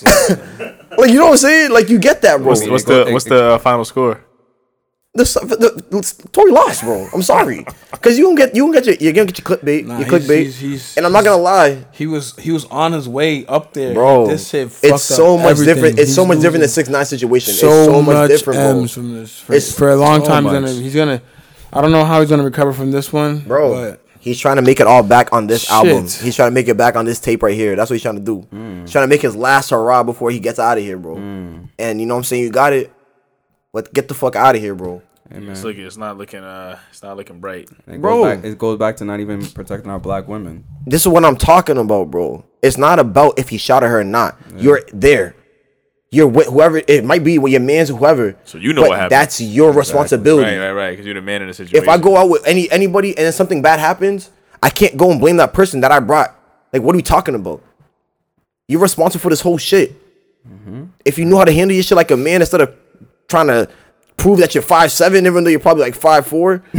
Speaker 1: Yeah.
Speaker 3: Like you know what I'm saying? Like you get that, bro.
Speaker 1: what's, what's the what's the uh, final score?
Speaker 3: The, the, the- Tory lost, bro. I'm sorry, because you don't get you don't get your you're gonna get your clickbait,
Speaker 4: Nah,
Speaker 3: your
Speaker 4: he's-
Speaker 3: clickbait,
Speaker 4: he's- he's-
Speaker 3: and I'm not gonna lie,
Speaker 4: He was he was on his way up there,
Speaker 3: bro.
Speaker 4: This shit fucked
Speaker 3: it's so
Speaker 4: up
Speaker 3: much
Speaker 4: everything.
Speaker 3: different. It's
Speaker 4: He's
Speaker 3: so much different than
Speaker 4: losing
Speaker 3: six nine situation.
Speaker 4: So,
Speaker 3: it's so much,
Speaker 4: much,
Speaker 3: different, bro.
Speaker 4: M's from this. For,
Speaker 3: It's
Speaker 4: for a long
Speaker 3: so
Speaker 4: time, he's
Speaker 3: much.
Speaker 4: gonna he's gonna. I don't know how he's gonna recover from this one,
Speaker 3: Bro.
Speaker 4: But
Speaker 3: He's trying to make it all back on this
Speaker 6: Shit.
Speaker 3: album. He's trying to make it back on this tape right here. That's what he's trying to do.
Speaker 4: Hmm.
Speaker 3: He's trying to make his last hurrah before he gets out of here, bro. And you know what I'm saying? You got it. But get the fuck out of here, bro.
Speaker 1: It's looking. It's not looking. Uh, it's not looking bright.
Speaker 5: It
Speaker 3: Bro.
Speaker 5: goes back, it goes back to not even protecting our black women.
Speaker 3: This is what I'm talking about, bro. It's not about if he shot at her or not. You're there. You're with whoever it might be with your man's whoever.
Speaker 1: So you know
Speaker 3: but
Speaker 1: what happened.
Speaker 3: That's your
Speaker 1: Right,
Speaker 3: responsibility.
Speaker 1: right, right. Because you're the man in the situation.
Speaker 3: If I go out with any anybody and then something bad happens, I can't go and blame that person that I brought. Like, what are we talking about? You're responsible for this whole shit.
Speaker 1: Mm-hmm.
Speaker 3: If you knew how to handle your shit like a man instead of trying to prove that you're five seven, even though you're probably like five four.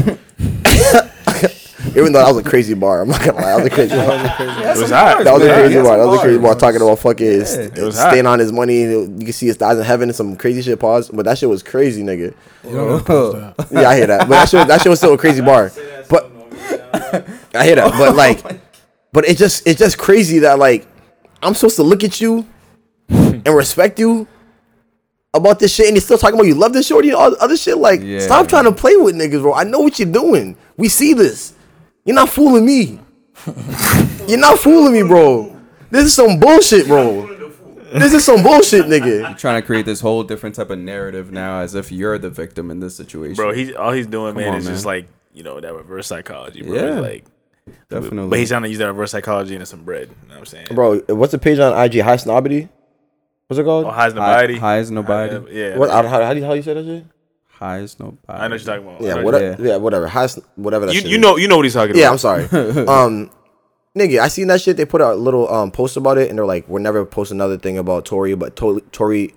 Speaker 3: even though that was a crazy bar, I'm not gonna lie, that was a crazy bar.
Speaker 1: it was hot.
Speaker 3: That was a
Speaker 1: Yeah.
Speaker 3: crazy one. That was a
Speaker 5: hard.
Speaker 3: crazy one. Talking about fucking s-
Speaker 1: was
Speaker 3: staying
Speaker 1: hot.
Speaker 3: on his money. and You can see his thighs in heaven and some crazy shit. Pause. But that shit was crazy, nigga. yeah, I hear that. But that shit, that shit was still a crazy bar. But I hear that. But like, but it just it's just crazy that like I'm supposed to look at you and respect you about this shit, and you're still talking about you love this shorty and all the other shit. Like,
Speaker 5: Yeah.
Speaker 3: stop trying to play with niggas, bro. I know what you're doing. We see this. You're not fooling me. You're not fooling me, bro. This is some bullshit, bro. This is some bullshit, nigga.
Speaker 5: Trying to create this whole different type of narrative now, as if you're the victim in this situation.
Speaker 1: bro. He's all he's doing, man,
Speaker 5: on,
Speaker 1: is just
Speaker 5: man.
Speaker 1: like you know that reverse psychology, bro.
Speaker 5: Yeah.
Speaker 1: It's Like,
Speaker 5: definitely.
Speaker 1: but he's trying to use that reverse psychology into some bread. You know what I'm saying,
Speaker 3: Bro, what's the page on IG? High snobbity? What's it called?
Speaker 1: Oh, highs
Speaker 5: high,
Speaker 1: nobody.
Speaker 5: high as nobody.
Speaker 1: Yeah.
Speaker 3: What? I, don't- how, how, do you, how do you say that shit?
Speaker 5: high as nobody.
Speaker 1: I know what you're talking about. I
Speaker 3: Yeah,
Speaker 1: know
Speaker 3: what,
Speaker 1: what
Speaker 3: yeah. whatever. High, sn- whatever. That
Speaker 1: you,
Speaker 3: shit
Speaker 1: you
Speaker 3: is.
Speaker 1: know you know what he's talking
Speaker 3: Yeah, I'm
Speaker 1: about.
Speaker 3: sorry. um, nigga, I seen that shit. They put out a little um post about it, and they're like, "We're never post another thing about Tory," but Tori, Tory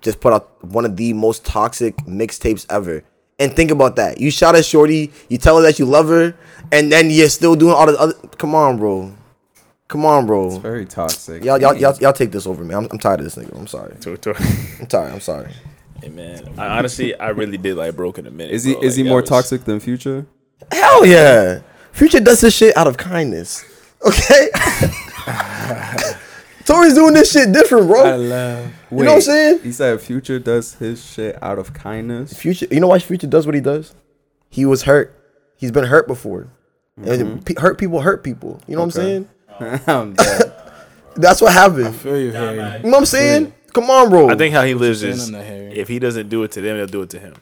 Speaker 3: just put out one of the most toxic mixtapes ever. And think about that. You shot at Shorty, you tell her that you love her, and then you're still doing all the other. Come on, bro. Come on, bro.
Speaker 5: Very toxic.
Speaker 3: Y'all, y'all, y'all, y'all take this over me. I'm, I'm tired of this nigga. I'm sorry.
Speaker 1: Yeah, I'm sorry.
Speaker 3: I'm tired. I'm sorry.
Speaker 1: hey, man, I, honestly, I really did like broken a minute.
Speaker 5: Is he
Speaker 1: bro.
Speaker 5: is
Speaker 1: Like,
Speaker 5: he
Speaker 1: that
Speaker 5: more
Speaker 1: was-
Speaker 5: toxic than Future?
Speaker 3: Hell yeah. Future does this shit out of kindness. Okay? Tory's doing this shit different, bro.
Speaker 4: love.
Speaker 3: You know what I'm saying?
Speaker 5: He said Future does his shit out of kindness.
Speaker 3: Future, you know why Future does what he does? He was hurt. He's been hurt before. And pe- hurt people hurt people. You know what I'm
Speaker 5: Okay.
Speaker 3: saying?
Speaker 5: I'm dead.
Speaker 3: That's what happened.
Speaker 4: Feel you, Harry.
Speaker 3: You know what I'm saying? Come on, bro.
Speaker 1: I think how he lives is
Speaker 4: in the hair.
Speaker 1: if he doesn't do it to them, they'll do it to him.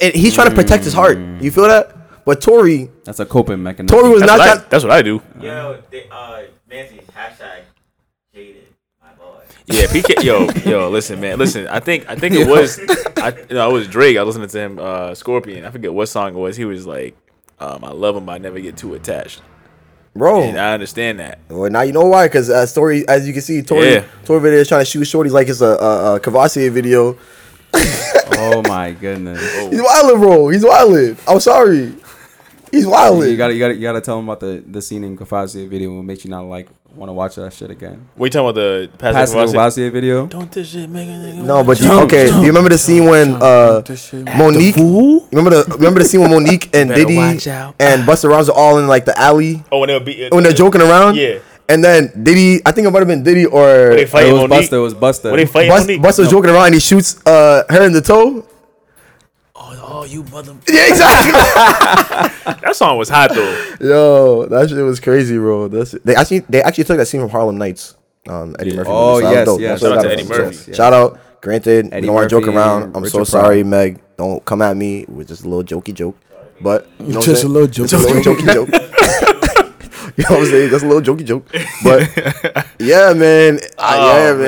Speaker 3: And he's trying to protect his heart.
Speaker 1: Mm.
Speaker 3: You feel that? But Tory,
Speaker 5: That's a coping mechanism.
Speaker 3: Tory was
Speaker 1: That's,
Speaker 3: not
Speaker 1: what, I,
Speaker 3: that.
Speaker 1: that's what I do.
Speaker 2: Yo, they, uh, Nancy, hashtag jaded, my boy.
Speaker 1: Yeah, PK. Yo, yo, listen, man, listen. I think I think it was I no, it was Drake. I was listening to him, uh, Scorpion. I forget what song it was. He was like, um, "I love him, but I never get too attached." And
Speaker 3: Bro.
Speaker 1: I understand that.
Speaker 3: Well, now you know why. Because uh, Tory, as you can see, Tory,
Speaker 1: Yeah.
Speaker 3: Tory video is trying to shoot shorties like it's a, a, a Cavassier video.
Speaker 5: oh my goodness.
Speaker 1: Oh.
Speaker 3: He's wildin', bro. He's wildin'. I'm sorry. He's
Speaker 5: You
Speaker 3: wildin'.
Speaker 5: gotta, you gotta, you gotta tell him about the, the scene in Kafazia video. Will make you not like want to watch that shit again.
Speaker 1: What you talking about the
Speaker 5: Past
Speaker 1: passive
Speaker 5: the
Speaker 1: aggressive?
Speaker 5: Kafazia video.
Speaker 1: Don't this shit make a nigga.
Speaker 3: no, but you, okay. you remember the scene when uh,
Speaker 4: This shit.
Speaker 3: Monique? You remember the remember the scene when Monique and
Speaker 1: Better
Speaker 3: Diddy
Speaker 1: watch out.
Speaker 3: and Busta Rhymes are all in like the alley
Speaker 1: Oh, when they'll be
Speaker 3: when they're joking around?
Speaker 1: Yeah.
Speaker 3: And then Diddy, I think it might have been Diddy or
Speaker 1: They
Speaker 5: It
Speaker 1: fighting
Speaker 5: was
Speaker 1: on Monique.
Speaker 5: Buster. It was Buster.
Speaker 1: When they fighting
Speaker 3: Bust,
Speaker 1: Monique.
Speaker 3: Busta's joking around and he shoots uh, her in the toe.
Speaker 1: Oh, you mother.
Speaker 3: Yeah, exactly.
Speaker 1: That song was hot though.
Speaker 3: Yo, that shit was crazy, bro. That's they actually they actually took that scene from Harlem Nights. Um, Eddie Murphy.
Speaker 5: Oh,
Speaker 3: movie, so that was
Speaker 5: yes,
Speaker 3: dope.
Speaker 5: yes.
Speaker 3: That's what
Speaker 1: Shout
Speaker 3: I
Speaker 1: out to
Speaker 3: got
Speaker 1: Eddie
Speaker 3: from it.
Speaker 1: Murphy.
Speaker 3: So, Shout out. Granted, we
Speaker 5: Eddie
Speaker 3: don't want to joke
Speaker 5: Murphy,
Speaker 3: around. I'm so
Speaker 5: Richard
Speaker 3: sorry, Meg. Don't come at me with just a little jokey joke. But you know, what I'm
Speaker 4: Just a
Speaker 3: saying?
Speaker 4: little joke.
Speaker 3: Just a little jokey joke. You know what I'm saying? Just a little jokey joke. But yeah, man. Uh,
Speaker 1: Oh,
Speaker 3: yeah, man.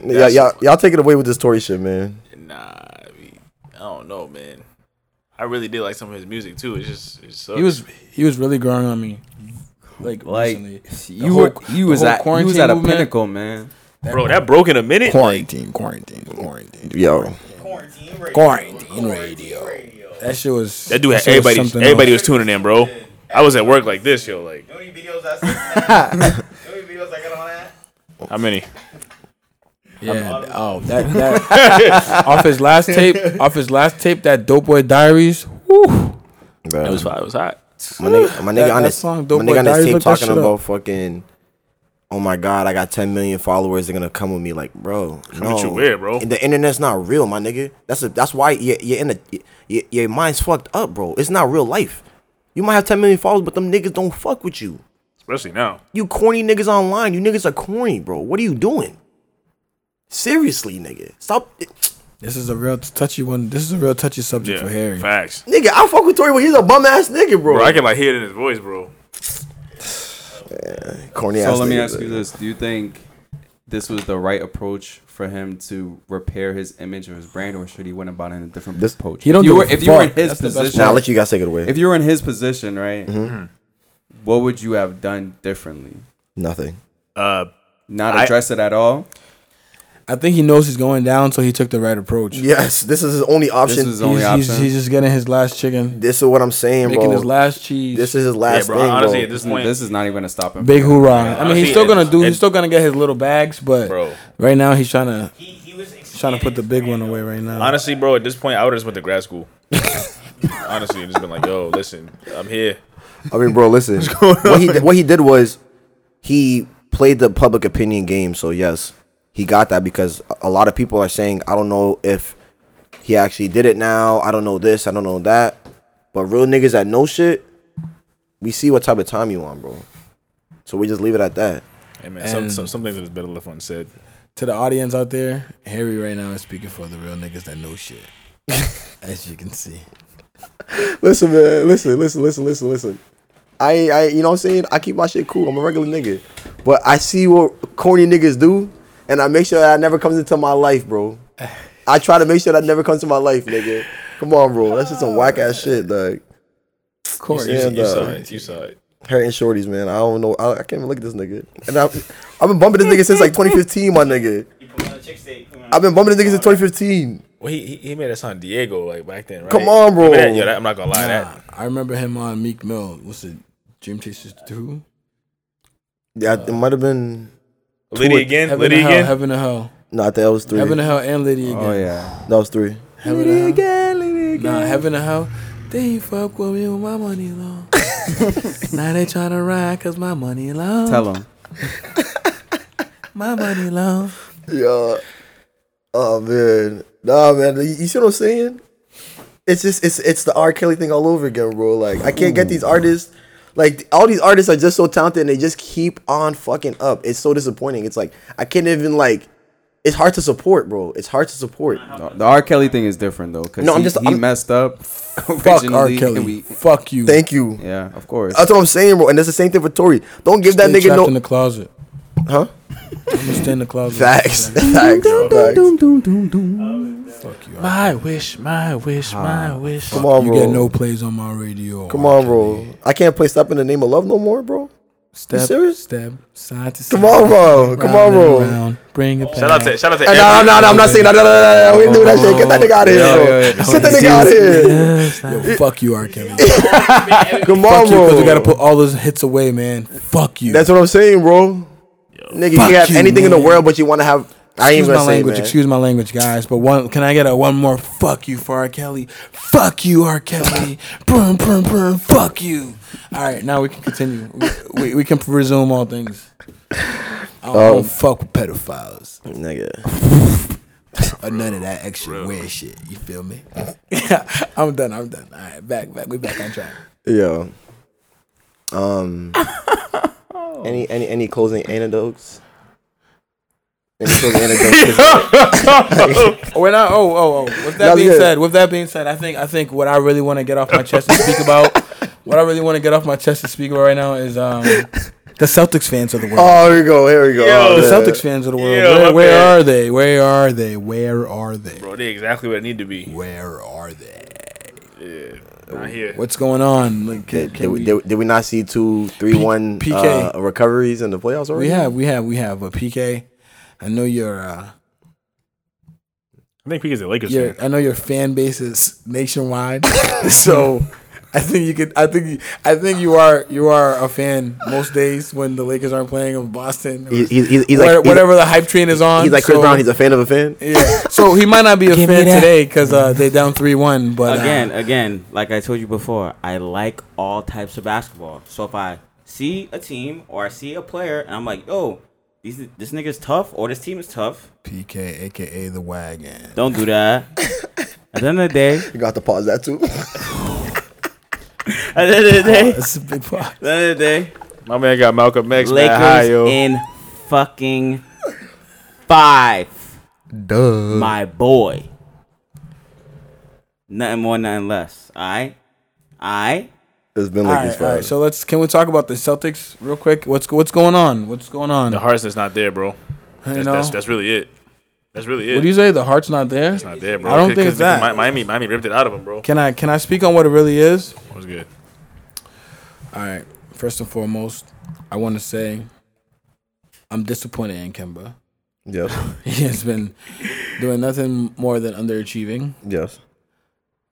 Speaker 1: man.
Speaker 3: Yeah,
Speaker 1: That's-
Speaker 3: y'all, y'all take it away with this Tory shit, man.
Speaker 1: Nah, I, mean, I don't know, man. I really did like some of his music too. It's just it sucks.
Speaker 4: He was he was really growing on me. Like,
Speaker 5: like
Speaker 4: recently.
Speaker 5: you
Speaker 4: whole-
Speaker 5: were, you
Speaker 4: the
Speaker 5: was
Speaker 4: whole
Speaker 5: at, you was
Speaker 4: quarantine
Speaker 5: at a
Speaker 4: movement.
Speaker 5: pinnacle, man.
Speaker 1: bro. That broke in a minute.
Speaker 4: quarantine, quarantine, quarantine,
Speaker 3: Yo.
Speaker 4: quarantine radio. That shit was
Speaker 1: That dude had
Speaker 4: shit was
Speaker 1: everybody.
Speaker 4: something
Speaker 1: Everybody
Speaker 4: else.
Speaker 1: was tuning in, bro. I was at work like this, yo. Like
Speaker 2: You know any videos I sent? you know any videos I got on that?
Speaker 1: how many?
Speaker 4: Yeah. Oh, that that off his last tape, off his last tape, that Dope Boy Diaries. Woo.
Speaker 1: It was hot. It was hot.
Speaker 3: My nigga, my nigga
Speaker 4: that
Speaker 3: on this,
Speaker 4: song,
Speaker 3: my
Speaker 4: Dope
Speaker 3: nigga
Speaker 4: Boy
Speaker 3: on this
Speaker 4: Diaries,
Speaker 3: tape
Speaker 4: look that
Speaker 3: talking
Speaker 4: shit up.
Speaker 3: about fucking. Oh my god, I got 10 million followers. They're gonna come with me, like, bro. No,
Speaker 1: at you where, bro?
Speaker 3: The internet's not real, my nigga. That's a, that's why you're, you're in a, your, your mind's fucked up, bro. It's not real life. You You might have 10 million followers, but them niggas don't fuck with you.
Speaker 1: especially now.
Speaker 3: You corny niggas online. You niggas are corny, bro. What are you doing? Seriously, nigga. Stop.
Speaker 4: This is a real touchy one. This is a real touchy subject for
Speaker 1: Yeah,
Speaker 4: Harry.
Speaker 1: facts.
Speaker 3: Nigga, I fuck with Tory, but he's a bum ass nigga, bro.
Speaker 1: Bro, I can like hear it in his voice, bro.
Speaker 3: corny
Speaker 5: So
Speaker 3: ass
Speaker 5: let me
Speaker 3: nigga,
Speaker 5: ask you
Speaker 3: bro.
Speaker 5: this: Do you think this was the right approach for him to repair his image or his brand, or should he went about it in a different
Speaker 3: This-
Speaker 5: approach?
Speaker 4: He don't
Speaker 5: If you
Speaker 4: give
Speaker 5: were,
Speaker 4: a
Speaker 5: if you were in
Speaker 4: fuck.
Speaker 5: his
Speaker 4: That's the best
Speaker 5: position.
Speaker 3: Nah, I'll let you guys take it away.
Speaker 5: If you were in his position, right?
Speaker 3: Mm-hmm.
Speaker 5: What would you have done differently?
Speaker 3: Nothing.
Speaker 1: Uh,
Speaker 5: Not
Speaker 1: I-
Speaker 5: address it at all.
Speaker 4: I think he knows he's going down, so he took the right approach.
Speaker 3: Yes, this is his only option. This
Speaker 5: This is
Speaker 3: is,
Speaker 5: his only
Speaker 4: he's, he's,
Speaker 5: option.
Speaker 4: he's just getting his last chicken,
Speaker 3: what I'm saying,
Speaker 4: making
Speaker 3: bro.
Speaker 4: his last cheese.
Speaker 3: this is his
Speaker 1: yeah,
Speaker 3: last
Speaker 1: bro.
Speaker 3: thing,
Speaker 1: honestly,
Speaker 3: bro.
Speaker 1: at this point,
Speaker 5: This is not even gonna stop him.
Speaker 4: big hoorah. I mean,
Speaker 1: honestly,
Speaker 4: he's still gonna
Speaker 1: it's-
Speaker 4: do.
Speaker 1: it's-
Speaker 4: He's still gonna get his little bags, but
Speaker 1: Bro.
Speaker 4: right now he's trying to
Speaker 6: He, he was
Speaker 4: trying to put the big one away right now.
Speaker 1: honestly, bro, at this point, I would have just went to grad school. honestly, just been like, yo, listen, I'm here.
Speaker 3: I mean, bro, listen. what he did, what he did was he played the public opinion game. So yes, he got that because a- a lot of people are saying, I don't know if he actually did it now. I don't know this. I don't know that. But real niggas that know shit, we see what type of time you on, bro. So we just leave it at that.
Speaker 1: Hey, man, some,
Speaker 4: And-
Speaker 1: some, some things are just better left unsaid.
Speaker 4: to the audience out there, Harry right now is speaking for the real niggas that know shit. As you can see,
Speaker 3: Listen, man. Listen, listen, listen, listen, listen. I, I, you know what I'm saying? I keep my shit cool. I'm a regular nigga. But I see what corny niggas do, and I make sure that never comes into my life, bro. I try to make sure that never comes to my life, nigga. Come on, bro. That's just some whack ass shit, dog.
Speaker 4: of course.
Speaker 1: You,
Speaker 3: And,
Speaker 1: you saw
Speaker 3: uh,
Speaker 1: it. You saw it.
Speaker 3: Hurting shorties, man. I don't know. I, I can't even look at this nigga. And I, I've been bumping this nigga since like 2015, my nigga. I've been bumping this nigga since 2015.
Speaker 1: Well, he, he he made us on Diego like back then, right?
Speaker 3: Come on, bro.
Speaker 1: Remember that? Yeah, that- I'm not gonna lie.
Speaker 4: Nah,
Speaker 1: That
Speaker 4: I remember him on Meek Mill. What's it? Dream Chasers Two.
Speaker 3: Yeah, it might have been.
Speaker 1: Liddy again,
Speaker 4: Heaven
Speaker 1: Liddy
Speaker 4: to hell.
Speaker 1: again.
Speaker 4: Heaven to hell.
Speaker 3: No, I think that was three.
Speaker 4: Heaven to hell and Liddy again.
Speaker 5: Oh yeah.
Speaker 3: That was three.
Speaker 4: Heaven to hell. Nah, heaven to hell. They fuck with me with my money long. now they tryna ride cause my money long.
Speaker 5: Tell him.
Speaker 4: My money long.
Speaker 3: Yeah. Oh man. Nah, man. You, you see what I'm saying? It's just it's it's the R. Kelly thing all over again, bro. Like I can't get these artists. Like all these artists are just so talented and they just keep on fucking up. It's so disappointing. It's like I can't even like. It's hard to support, bro. It's hard to support.
Speaker 5: The R. Kelly thing is different though, because
Speaker 3: No, I'm
Speaker 5: he,
Speaker 3: just-
Speaker 5: he
Speaker 3: I'm-
Speaker 5: messed up.
Speaker 4: Fuck R.
Speaker 5: originally,
Speaker 4: Kelly.
Speaker 5: and we-
Speaker 4: fuck you.
Speaker 3: Thank you.
Speaker 5: yeah, of course.
Speaker 3: That's what I'm saying, bro. And that's the same thing for Tory. Don't give that
Speaker 4: Stay
Speaker 3: nigga
Speaker 4: trapped
Speaker 3: no.
Speaker 4: in the closet.
Speaker 3: huh?
Speaker 4: I'm gonna stay in the closet.
Speaker 3: Facts. Facts. Facts.
Speaker 4: Fuck you. My wish, my wish, my wish.
Speaker 3: Come on,
Speaker 4: you
Speaker 3: bro.
Speaker 4: get no plays on my radio.
Speaker 3: Come on, bro. I can't play Stop in the Name of Love no more, bro.
Speaker 4: Step,
Speaker 3: You serious?
Speaker 4: Step, side to side.
Speaker 3: Come on, bro. Come on,
Speaker 4: round and
Speaker 3: bro.
Speaker 4: round. Bring it back.
Speaker 1: Shout out to shout out to
Speaker 3: Hey,
Speaker 1: every-
Speaker 3: no, no, no, I'm not saying that. No, no, no, no, no. We do that shit. Get that nigga out of here.
Speaker 5: Yeah,
Speaker 3: bro.
Speaker 5: yeah, yeah.
Speaker 3: Get that nigga out of here.
Speaker 4: Yo, fuck you, R. Kelly.
Speaker 3: Come on,
Speaker 4: Fuck you,
Speaker 3: bro.
Speaker 4: because we gotta put all those hits away, man. Fuck you.
Speaker 3: That's what I'm saying, bro. Nigga, you
Speaker 4: Fuck
Speaker 3: can have
Speaker 4: you,
Speaker 3: anything in the
Speaker 4: man.
Speaker 3: world, but you want to have. I ain't
Speaker 4: excuse
Speaker 3: gonna
Speaker 4: my
Speaker 3: say,
Speaker 4: language.
Speaker 3: man.
Speaker 4: Excuse my language, guys. But one, can I get a one more? Fuck you for R. Kelly. Fuck you, R. Kelly. brum, brum, brum. Fuck you. All right, now we can continue. We, we, we can resume all things. I don't, I
Speaker 3: Um,
Speaker 4: don't fuck with pedophiles
Speaker 3: Nigga,
Speaker 4: or none of that extra weird shit. You feel me? I'm done. I'm done. All right, back, back. We back on track.
Speaker 3: yo. Um. any any any closing anecdotes? Any closing anecdotes? 'Cause
Speaker 4: We're not. Oh, oh, oh. With
Speaker 3: That's
Speaker 4: that being
Speaker 3: good.
Speaker 4: said, with that being said, I think I think what I really want to get off my chest and speak about, what I really want to get off my chest and speak about right now is um, the Celtics fans of the world.
Speaker 3: Oh, here we go. Here we go.
Speaker 1: Yo,
Speaker 3: Oh,
Speaker 4: the
Speaker 3: man.
Speaker 4: Celtics fans of the world.
Speaker 1: Yeah, my
Speaker 4: where where
Speaker 1: bad.
Speaker 4: are they? Where are they? Where are they?
Speaker 1: bro, they exactly what I need to be.
Speaker 4: Where are they?
Speaker 1: Not here.
Speaker 4: What's going on? Like, can,
Speaker 3: Did,
Speaker 4: can
Speaker 3: did, we,
Speaker 4: we,
Speaker 3: did, did we not see two, three, one
Speaker 4: P-
Speaker 3: uh,
Speaker 4: PK.
Speaker 3: recoveries in the playoffs already?
Speaker 4: we have, we have, we have a PK. I know your, uh,
Speaker 1: I think Pika's a Lakers
Speaker 4: your,
Speaker 1: fan.
Speaker 4: I know your fan base is nationwide. so, I think you could. I think, you- I think you are, you are a fan most days when the Lakers aren't playing of Boston. or
Speaker 3: He's, he's, he's, he's
Speaker 4: whatever,
Speaker 3: like he's-
Speaker 4: whatever the hype train is on.
Speaker 3: He's, like Chris
Speaker 4: so-
Speaker 3: Brown. He's a fan of a fan.
Speaker 4: yeah. So he might not be a
Speaker 2: Give me
Speaker 4: fan
Speaker 2: that.
Speaker 4: today because uh, they down three one. But uh,
Speaker 2: Again, again, like I told you before, I like all types of basketball. So if I see a team or I see a player and I'm like, yo, these, this nigga's tough or this team is tough,
Speaker 4: PK, aka the wagon.
Speaker 2: don't do that. At the end of the day,
Speaker 3: You got to pause that too.
Speaker 2: At the end of the day, at
Speaker 4: That's a big problem.
Speaker 2: the end of the day,
Speaker 1: My man got Malcolm X. man.
Speaker 2: Lakers
Speaker 1: Hi, yo.
Speaker 2: in fucking five,
Speaker 4: Duh.
Speaker 2: my boy. Nothing more, nothing less. All right, all right.
Speaker 3: It's been
Speaker 4: All
Speaker 3: like this
Speaker 4: right, all
Speaker 3: forever.
Speaker 4: right, so let's can we talk about the Celtics real quick? What's go- what's going on? What's going on?
Speaker 1: The heart's that's not there, bro.
Speaker 4: You
Speaker 1: That's,
Speaker 4: know?
Speaker 1: that's, that's really it. That's really it.
Speaker 4: what do you say? The heart's not there.
Speaker 1: It's not there, bro.
Speaker 4: I don't
Speaker 1: 'Cause-
Speaker 4: think
Speaker 1: 'cause
Speaker 4: it's that.
Speaker 1: Mi- Miami, Miami ripped it out of him, bro.
Speaker 4: Can I can I speak on what it really is?
Speaker 1: It was good.
Speaker 4: All right. First and foremost, I want to say I'm disappointed in Kemba.
Speaker 3: Yes.
Speaker 4: He has been doing nothing more than underachieving.
Speaker 3: Yes.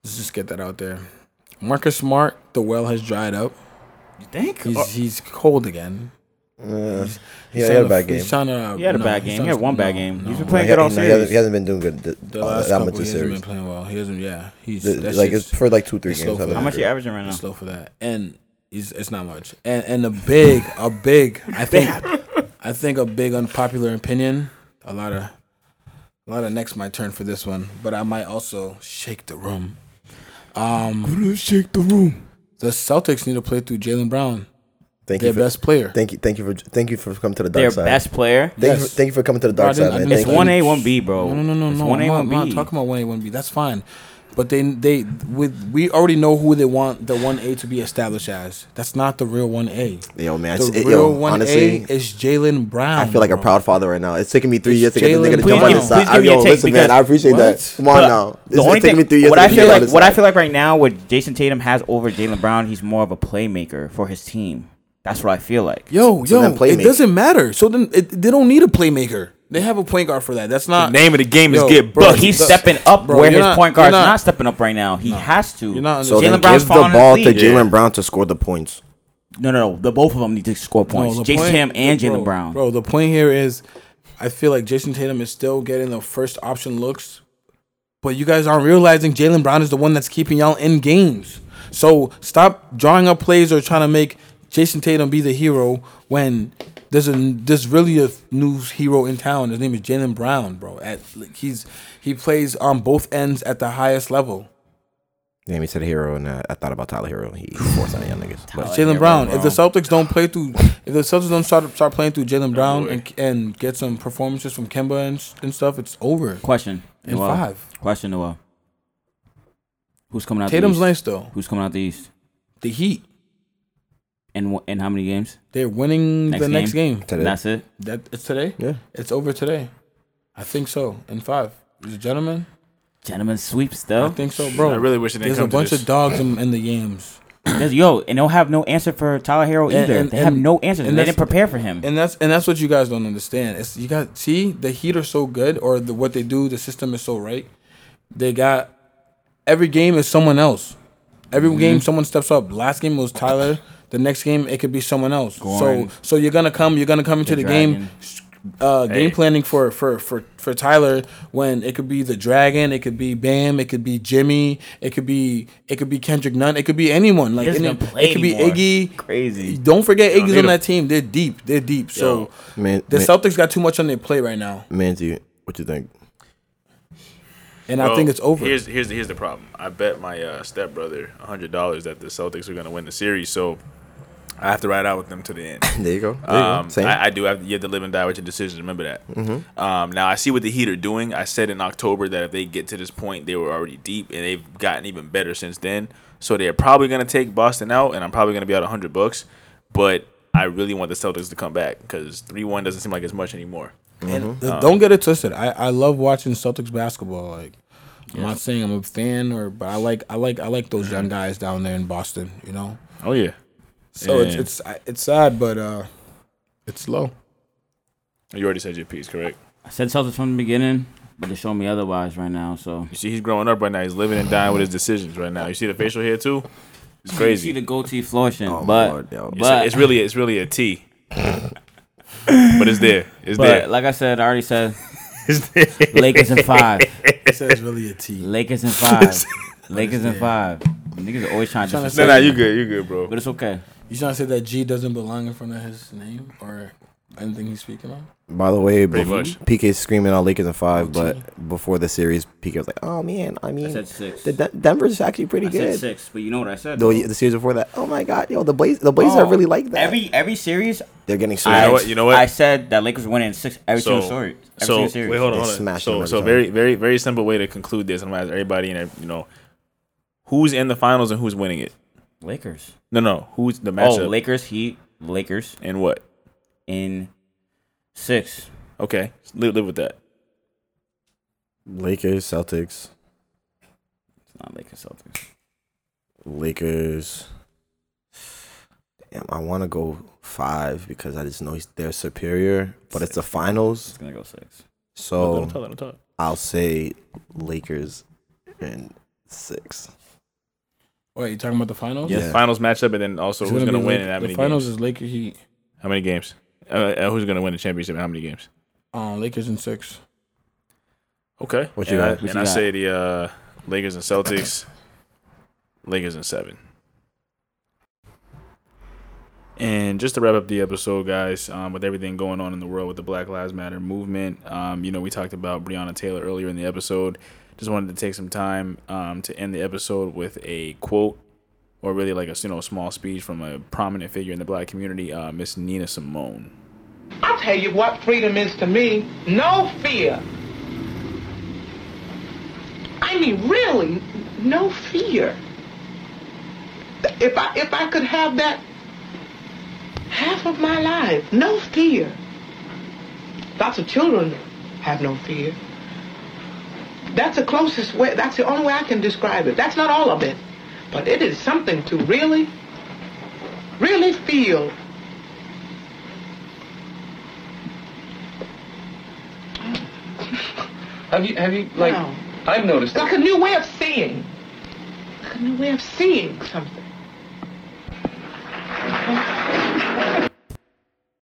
Speaker 4: Let's just get that out there. Marcus Smart, the well has dried up.
Speaker 2: You think? Oh.
Speaker 4: He's he's cold again.
Speaker 3: Uh,
Speaker 4: He's
Speaker 3: yeah, he had a
Speaker 4: trying to-
Speaker 3: bad game.
Speaker 4: He's trying to,
Speaker 2: He had a
Speaker 4: no,
Speaker 2: bad game.
Speaker 4: he's
Speaker 2: He
Speaker 4: trying
Speaker 2: had
Speaker 4: to-
Speaker 2: one bad
Speaker 4: no,
Speaker 2: game.
Speaker 4: no.
Speaker 2: He's been
Speaker 3: He,
Speaker 2: playing
Speaker 3: he,
Speaker 2: good all
Speaker 3: he hasn't, he
Speaker 2: series.
Speaker 3: hasn't been doing good th-
Speaker 4: The
Speaker 3: all
Speaker 4: last
Speaker 3: that
Speaker 4: couple
Speaker 3: much this
Speaker 4: he hasn't been
Speaker 3: series.
Speaker 4: playing well. He hasn't. Yeah, he's
Speaker 3: The-
Speaker 4: that's
Speaker 3: like
Speaker 4: just-
Speaker 3: it's for like two three
Speaker 4: it's
Speaker 3: games.
Speaker 4: slow
Speaker 3: I've
Speaker 4: for
Speaker 3: been
Speaker 2: How
Speaker 4: that.
Speaker 2: much
Speaker 3: good.
Speaker 2: you averaging right now?
Speaker 4: slow for that, and he's it's not much. And and a big, a big, I think, I think a big unpopular opinion. A lot of, a lot of next my turn for this one, but I might also shake the room. Um, shake the room. The Celtics need to play through Jalen Brown,
Speaker 3: Thank
Speaker 4: their
Speaker 3: you. For,
Speaker 4: best player.
Speaker 3: thank you. Thank you for thank you for coming to the dark
Speaker 2: Their
Speaker 3: side.
Speaker 2: best player.
Speaker 3: Thank, you
Speaker 4: Yes.
Speaker 3: for, thank you for coming to the
Speaker 4: No, I
Speaker 3: dark
Speaker 4: didn't-
Speaker 3: side,
Speaker 4: I
Speaker 3: man.
Speaker 4: didn't
Speaker 2: It's
Speaker 3: Thank
Speaker 4: say
Speaker 3: you.
Speaker 2: one A, one B, bro.
Speaker 4: No, no, no,
Speaker 2: It's
Speaker 4: no.
Speaker 2: one A,
Speaker 4: I'm not,
Speaker 2: one
Speaker 4: I'm not
Speaker 2: B.
Speaker 4: talking about one A, one B. That's fine, but they they with we already know who they want the one A to be established as. That's not the real one A.
Speaker 3: Yo, man.
Speaker 4: The
Speaker 3: it's- it-
Speaker 4: real
Speaker 3: yo,
Speaker 4: one
Speaker 3: honestly,
Speaker 4: A is Jalen Brown.
Speaker 3: I feel like a
Speaker 4: bro.
Speaker 3: proud father right now. It's taking me three
Speaker 4: It's
Speaker 3: years to get this
Speaker 4: Jalen
Speaker 3: nigga to jump
Speaker 4: Brown.
Speaker 3: on this
Speaker 2: Please
Speaker 3: side. I,
Speaker 2: give me
Speaker 3: yo,
Speaker 2: a take
Speaker 3: listen, man.
Speaker 2: because-
Speaker 3: I appreciate
Speaker 4: What?
Speaker 3: that. Come on
Speaker 2: But
Speaker 3: now. It's,
Speaker 2: the only
Speaker 3: it's taking
Speaker 2: thing,
Speaker 3: me three years
Speaker 2: what
Speaker 3: to
Speaker 2: I
Speaker 3: get
Speaker 2: feel
Speaker 3: this
Speaker 2: like,
Speaker 3: nigga
Speaker 2: what
Speaker 3: on
Speaker 2: I
Speaker 3: this
Speaker 2: feel like right now, with Jason Tatum has over Jalen Brown, he's more of a playmaker for his team. That's what I feel like.
Speaker 4: Yo,
Speaker 3: So
Speaker 4: yo,
Speaker 3: then
Speaker 4: it
Speaker 3: playmaker.
Speaker 4: doesn't matter. So then it, they don't need a playmaker. They have a point guard for that. That's not
Speaker 1: Name of the game
Speaker 4: Yo,
Speaker 1: is get
Speaker 4: bro,
Speaker 1: buckets.
Speaker 2: But he's stepping up
Speaker 4: Bro,
Speaker 2: where
Speaker 4: you're
Speaker 2: his
Speaker 4: not-
Speaker 2: point guard's
Speaker 4: you're
Speaker 2: not,
Speaker 4: not-
Speaker 2: stepping up right now. He has to.
Speaker 4: You're not
Speaker 3: So
Speaker 4: Jalen
Speaker 3: then
Speaker 2: Brown's
Speaker 3: give the
Speaker 2: falling in
Speaker 3: ball
Speaker 2: the
Speaker 3: to
Speaker 2: league.
Speaker 3: Jalen Brown to score the points.
Speaker 2: No, no, no. The both of them need to score
Speaker 4: No,
Speaker 2: points.
Speaker 4: the
Speaker 2: Jason
Speaker 4: point-
Speaker 2: Tatum and
Speaker 4: bro,
Speaker 2: Jalen Brown.
Speaker 4: Bro, the point here is I feel like Jason Tatum is still getting the first option looks, but you guys aren't realizing Jalen Brown is the one that's keeping y'all in games. So stop drawing up plays or trying to make Jason Tatum be the hero when there's a there's really a new hero in town. His name is Jalen Brown, bro. At like, he's he plays on both ends at the highest level.
Speaker 3: Damn, he said hero, and uh, I thought about Tyler Hero. He forced on young niggas.
Speaker 1: Oh,
Speaker 3: But
Speaker 4: Jalen Brown. If the Celtics don't play through, if the Celtics don't start start playing through Jalen Brown and and get some performances from Kemba and, s- and stuff, it's over.
Speaker 2: Question.
Speaker 4: In
Speaker 2: Noel.
Speaker 4: five.
Speaker 2: Question, Noel. Who's coming out
Speaker 4: Tatum's
Speaker 2: the East?
Speaker 4: nice though.
Speaker 2: Who's coming out the East?
Speaker 4: The Heat,
Speaker 2: And wh- and how many games?
Speaker 4: they're winning
Speaker 2: Next
Speaker 4: the next game.
Speaker 3: Today.
Speaker 2: That's it.
Speaker 4: That it's today.
Speaker 3: yeah.
Speaker 4: It's over today. I think so. In five, is it gentlemen?
Speaker 2: Gentlemen sweeps
Speaker 4: I
Speaker 2: though.
Speaker 4: think so, bro.
Speaker 1: I really wish it didn't
Speaker 4: There's a
Speaker 1: come to
Speaker 4: bunch
Speaker 1: this.
Speaker 4: of dogs in, in the games.
Speaker 2: There's- Yo, and they'll have no answer for Tyler Hero
Speaker 4: And-
Speaker 2: either.
Speaker 4: and-
Speaker 2: they have
Speaker 4: and-
Speaker 2: no answer.
Speaker 4: and
Speaker 2: They
Speaker 4: that's-
Speaker 2: didn't prepare for him.
Speaker 4: And that's and that's what you guys don't understand. It's you got see the Heat are so good, or the, what they do, the system is so right. They got every game is someone else. Every
Speaker 2: Mm-hmm.
Speaker 4: game someone steps up. Last game was Tyler. The next game it could be someone else.
Speaker 2: Goran.
Speaker 4: So so you're gonna come you're gonna come into
Speaker 2: The
Speaker 4: the, game
Speaker 2: Dragon.
Speaker 4: uh, game planning for, for for for Tyler when it could be the Dragon, it could be Bam, it could be Jimmy, it could be it could be Kendrick Nunn, it could be anyone like
Speaker 2: doesn't
Speaker 4: any-
Speaker 2: even play
Speaker 4: it could be
Speaker 2: anymore.
Speaker 4: Iggy.
Speaker 2: Crazy.
Speaker 4: Don't forget
Speaker 1: don't
Speaker 4: Iggy's
Speaker 1: need
Speaker 4: on
Speaker 1: him.
Speaker 4: that team. They're deep. They're deep. So
Speaker 3: Man,
Speaker 4: the
Speaker 3: man,
Speaker 4: Celtics got too much on their plate right now,
Speaker 3: Manzi, what you think?
Speaker 4: and I
Speaker 1: Bro,
Speaker 4: think it's over.
Speaker 1: Here's here's the, here's the problem. I bet my uh, stepbrother hundred dollars that the Celtics are going to win the series, so I have to ride out with them to the end.
Speaker 3: There you go. There you go.
Speaker 1: Um,
Speaker 3: Same.
Speaker 1: I, I do have you have to live and die with your decisions. Remember that. Um, now I see what the Heat are doing. I said in October that if they get to this point, they were already deep, and they've gotten even better since then. So they're probably going to take Boston out, and I'm probably going to be out hundred bucks. But I really want the Celtics to come back because three one doesn't seem like as much anymore.
Speaker 4: And
Speaker 1: uh,
Speaker 4: th- don't get it twisted. I, I love watching Celtics basketball. Like I'm not saying I'm a fan or, but I like I like I like those young guys down there in Boston. You know,
Speaker 1: Oh yeah,
Speaker 4: so it's
Speaker 1: Yeah.
Speaker 4: it's I- it's sad, but uh, it's slow.
Speaker 1: you already said your piece, correct?
Speaker 2: I said Celtics from the beginning, but they show me otherwise right now. So
Speaker 1: You see, he's growing up right now. He's living and dying with his decisions right now. You see the facial hair too. It's
Speaker 2: you
Speaker 1: crazy.
Speaker 2: see the goatee flourishing, but
Speaker 3: Lord, yo.
Speaker 1: It's,
Speaker 2: but
Speaker 1: it's really it's really a T. but it's there. It's
Speaker 2: but
Speaker 1: there.
Speaker 2: like I said, I already said
Speaker 1: It's there.
Speaker 2: Lakers in five,
Speaker 4: It says really a T.
Speaker 2: Lakers in five, Lakers in five. Niggas are always trying to,
Speaker 4: Tryna
Speaker 2: disrespect
Speaker 1: No, no,
Speaker 2: me,
Speaker 1: you good. You good, bro.
Speaker 2: but it's okay.
Speaker 4: You trying to say that G doesn't belong in front of his name or Anything he's speaking on?
Speaker 3: By the way,
Speaker 1: Pretty
Speaker 3: before,
Speaker 1: much.
Speaker 3: PK's screaming on Lakers in five, but before the series, PK was like, "Oh man, I
Speaker 2: I
Speaker 3: mean,
Speaker 2: said six.
Speaker 3: the Den- Denver's actually pretty
Speaker 2: I said
Speaker 3: good."
Speaker 2: six, but you know what I said.
Speaker 3: Though
Speaker 2: though.
Speaker 3: the series before that, oh my god, yo, the Blaze, the Blazers are really like that.
Speaker 2: Oh, Every every series,
Speaker 3: They're getting
Speaker 1: You know
Speaker 2: I,
Speaker 3: smashed.
Speaker 1: what, you know what?
Speaker 2: I said that Lakers winning six every
Speaker 1: So,
Speaker 2: single story.
Speaker 1: so
Speaker 2: Every single series.
Speaker 1: wait, hold on,
Speaker 3: They
Speaker 1: hold on.
Speaker 3: smash
Speaker 1: So,
Speaker 3: them
Speaker 1: so
Speaker 3: every
Speaker 1: very, very, very simple way to conclude this. I'm gonna ask everybody and you know who's in the finals and who's winning it.
Speaker 2: Lakers.
Speaker 1: No, no, who's the
Speaker 2: Oh,
Speaker 1: matchup
Speaker 2: Lakers Heat. Lakers
Speaker 1: and what?
Speaker 2: in six.
Speaker 1: Okay, live, live with that.
Speaker 3: Lakers, Celtics,
Speaker 2: It's not Lakers Celtics.
Speaker 3: Lakers. Damn, I want to go five because I just know he's, they're superior, but it's the finals,
Speaker 2: It's gonna go six.
Speaker 4: Oh.
Speaker 1: Let
Speaker 3: so
Speaker 1: him talk, let him talk.
Speaker 3: I'll say Lakers and six.
Speaker 4: Wait, you talking about the finals?
Speaker 3: Yeah.
Speaker 1: The finals matchup and then also
Speaker 4: It's
Speaker 1: who's gonna
Speaker 4: be
Speaker 1: win
Speaker 4: Lake-
Speaker 1: and how
Speaker 4: the
Speaker 1: many
Speaker 4: finals
Speaker 1: games?
Speaker 4: is Laker Heat.
Speaker 1: How many games? Uh, uh, who's gonna win the championship and how many games?
Speaker 4: Um, Lakers in six.
Speaker 1: Okay.
Speaker 3: What you
Speaker 1: and
Speaker 3: got?
Speaker 1: I,
Speaker 2: What
Speaker 1: and
Speaker 2: you
Speaker 1: I
Speaker 2: got?
Speaker 1: say the uh, Lakers and Celtics. Lakers and seven. And just to wrap up the episode, guys, um, with everything going on in the world with the Black Lives Matter movement, um, you know, we talked about Breonna Taylor earlier in the episode. Just wanted to take some time um, to end the episode with a quote, or really like a you know small speech from a prominent figure in the Black community, uh, Miss Nina Simone.
Speaker 6: I'll tell you what freedom is to me. No fear. I mean, really, no fear. If I if I could have that half of my life, no fear. Lots of children have no fear. That's the closest way. That's the only way I can describe it. That's not all of it, but it is something to really, really feel
Speaker 7: Have you, have you, like,
Speaker 6: No.
Speaker 7: I've noticed
Speaker 6: It's like a
Speaker 7: that.
Speaker 6: new way of seeing. Like a new way of seeing something.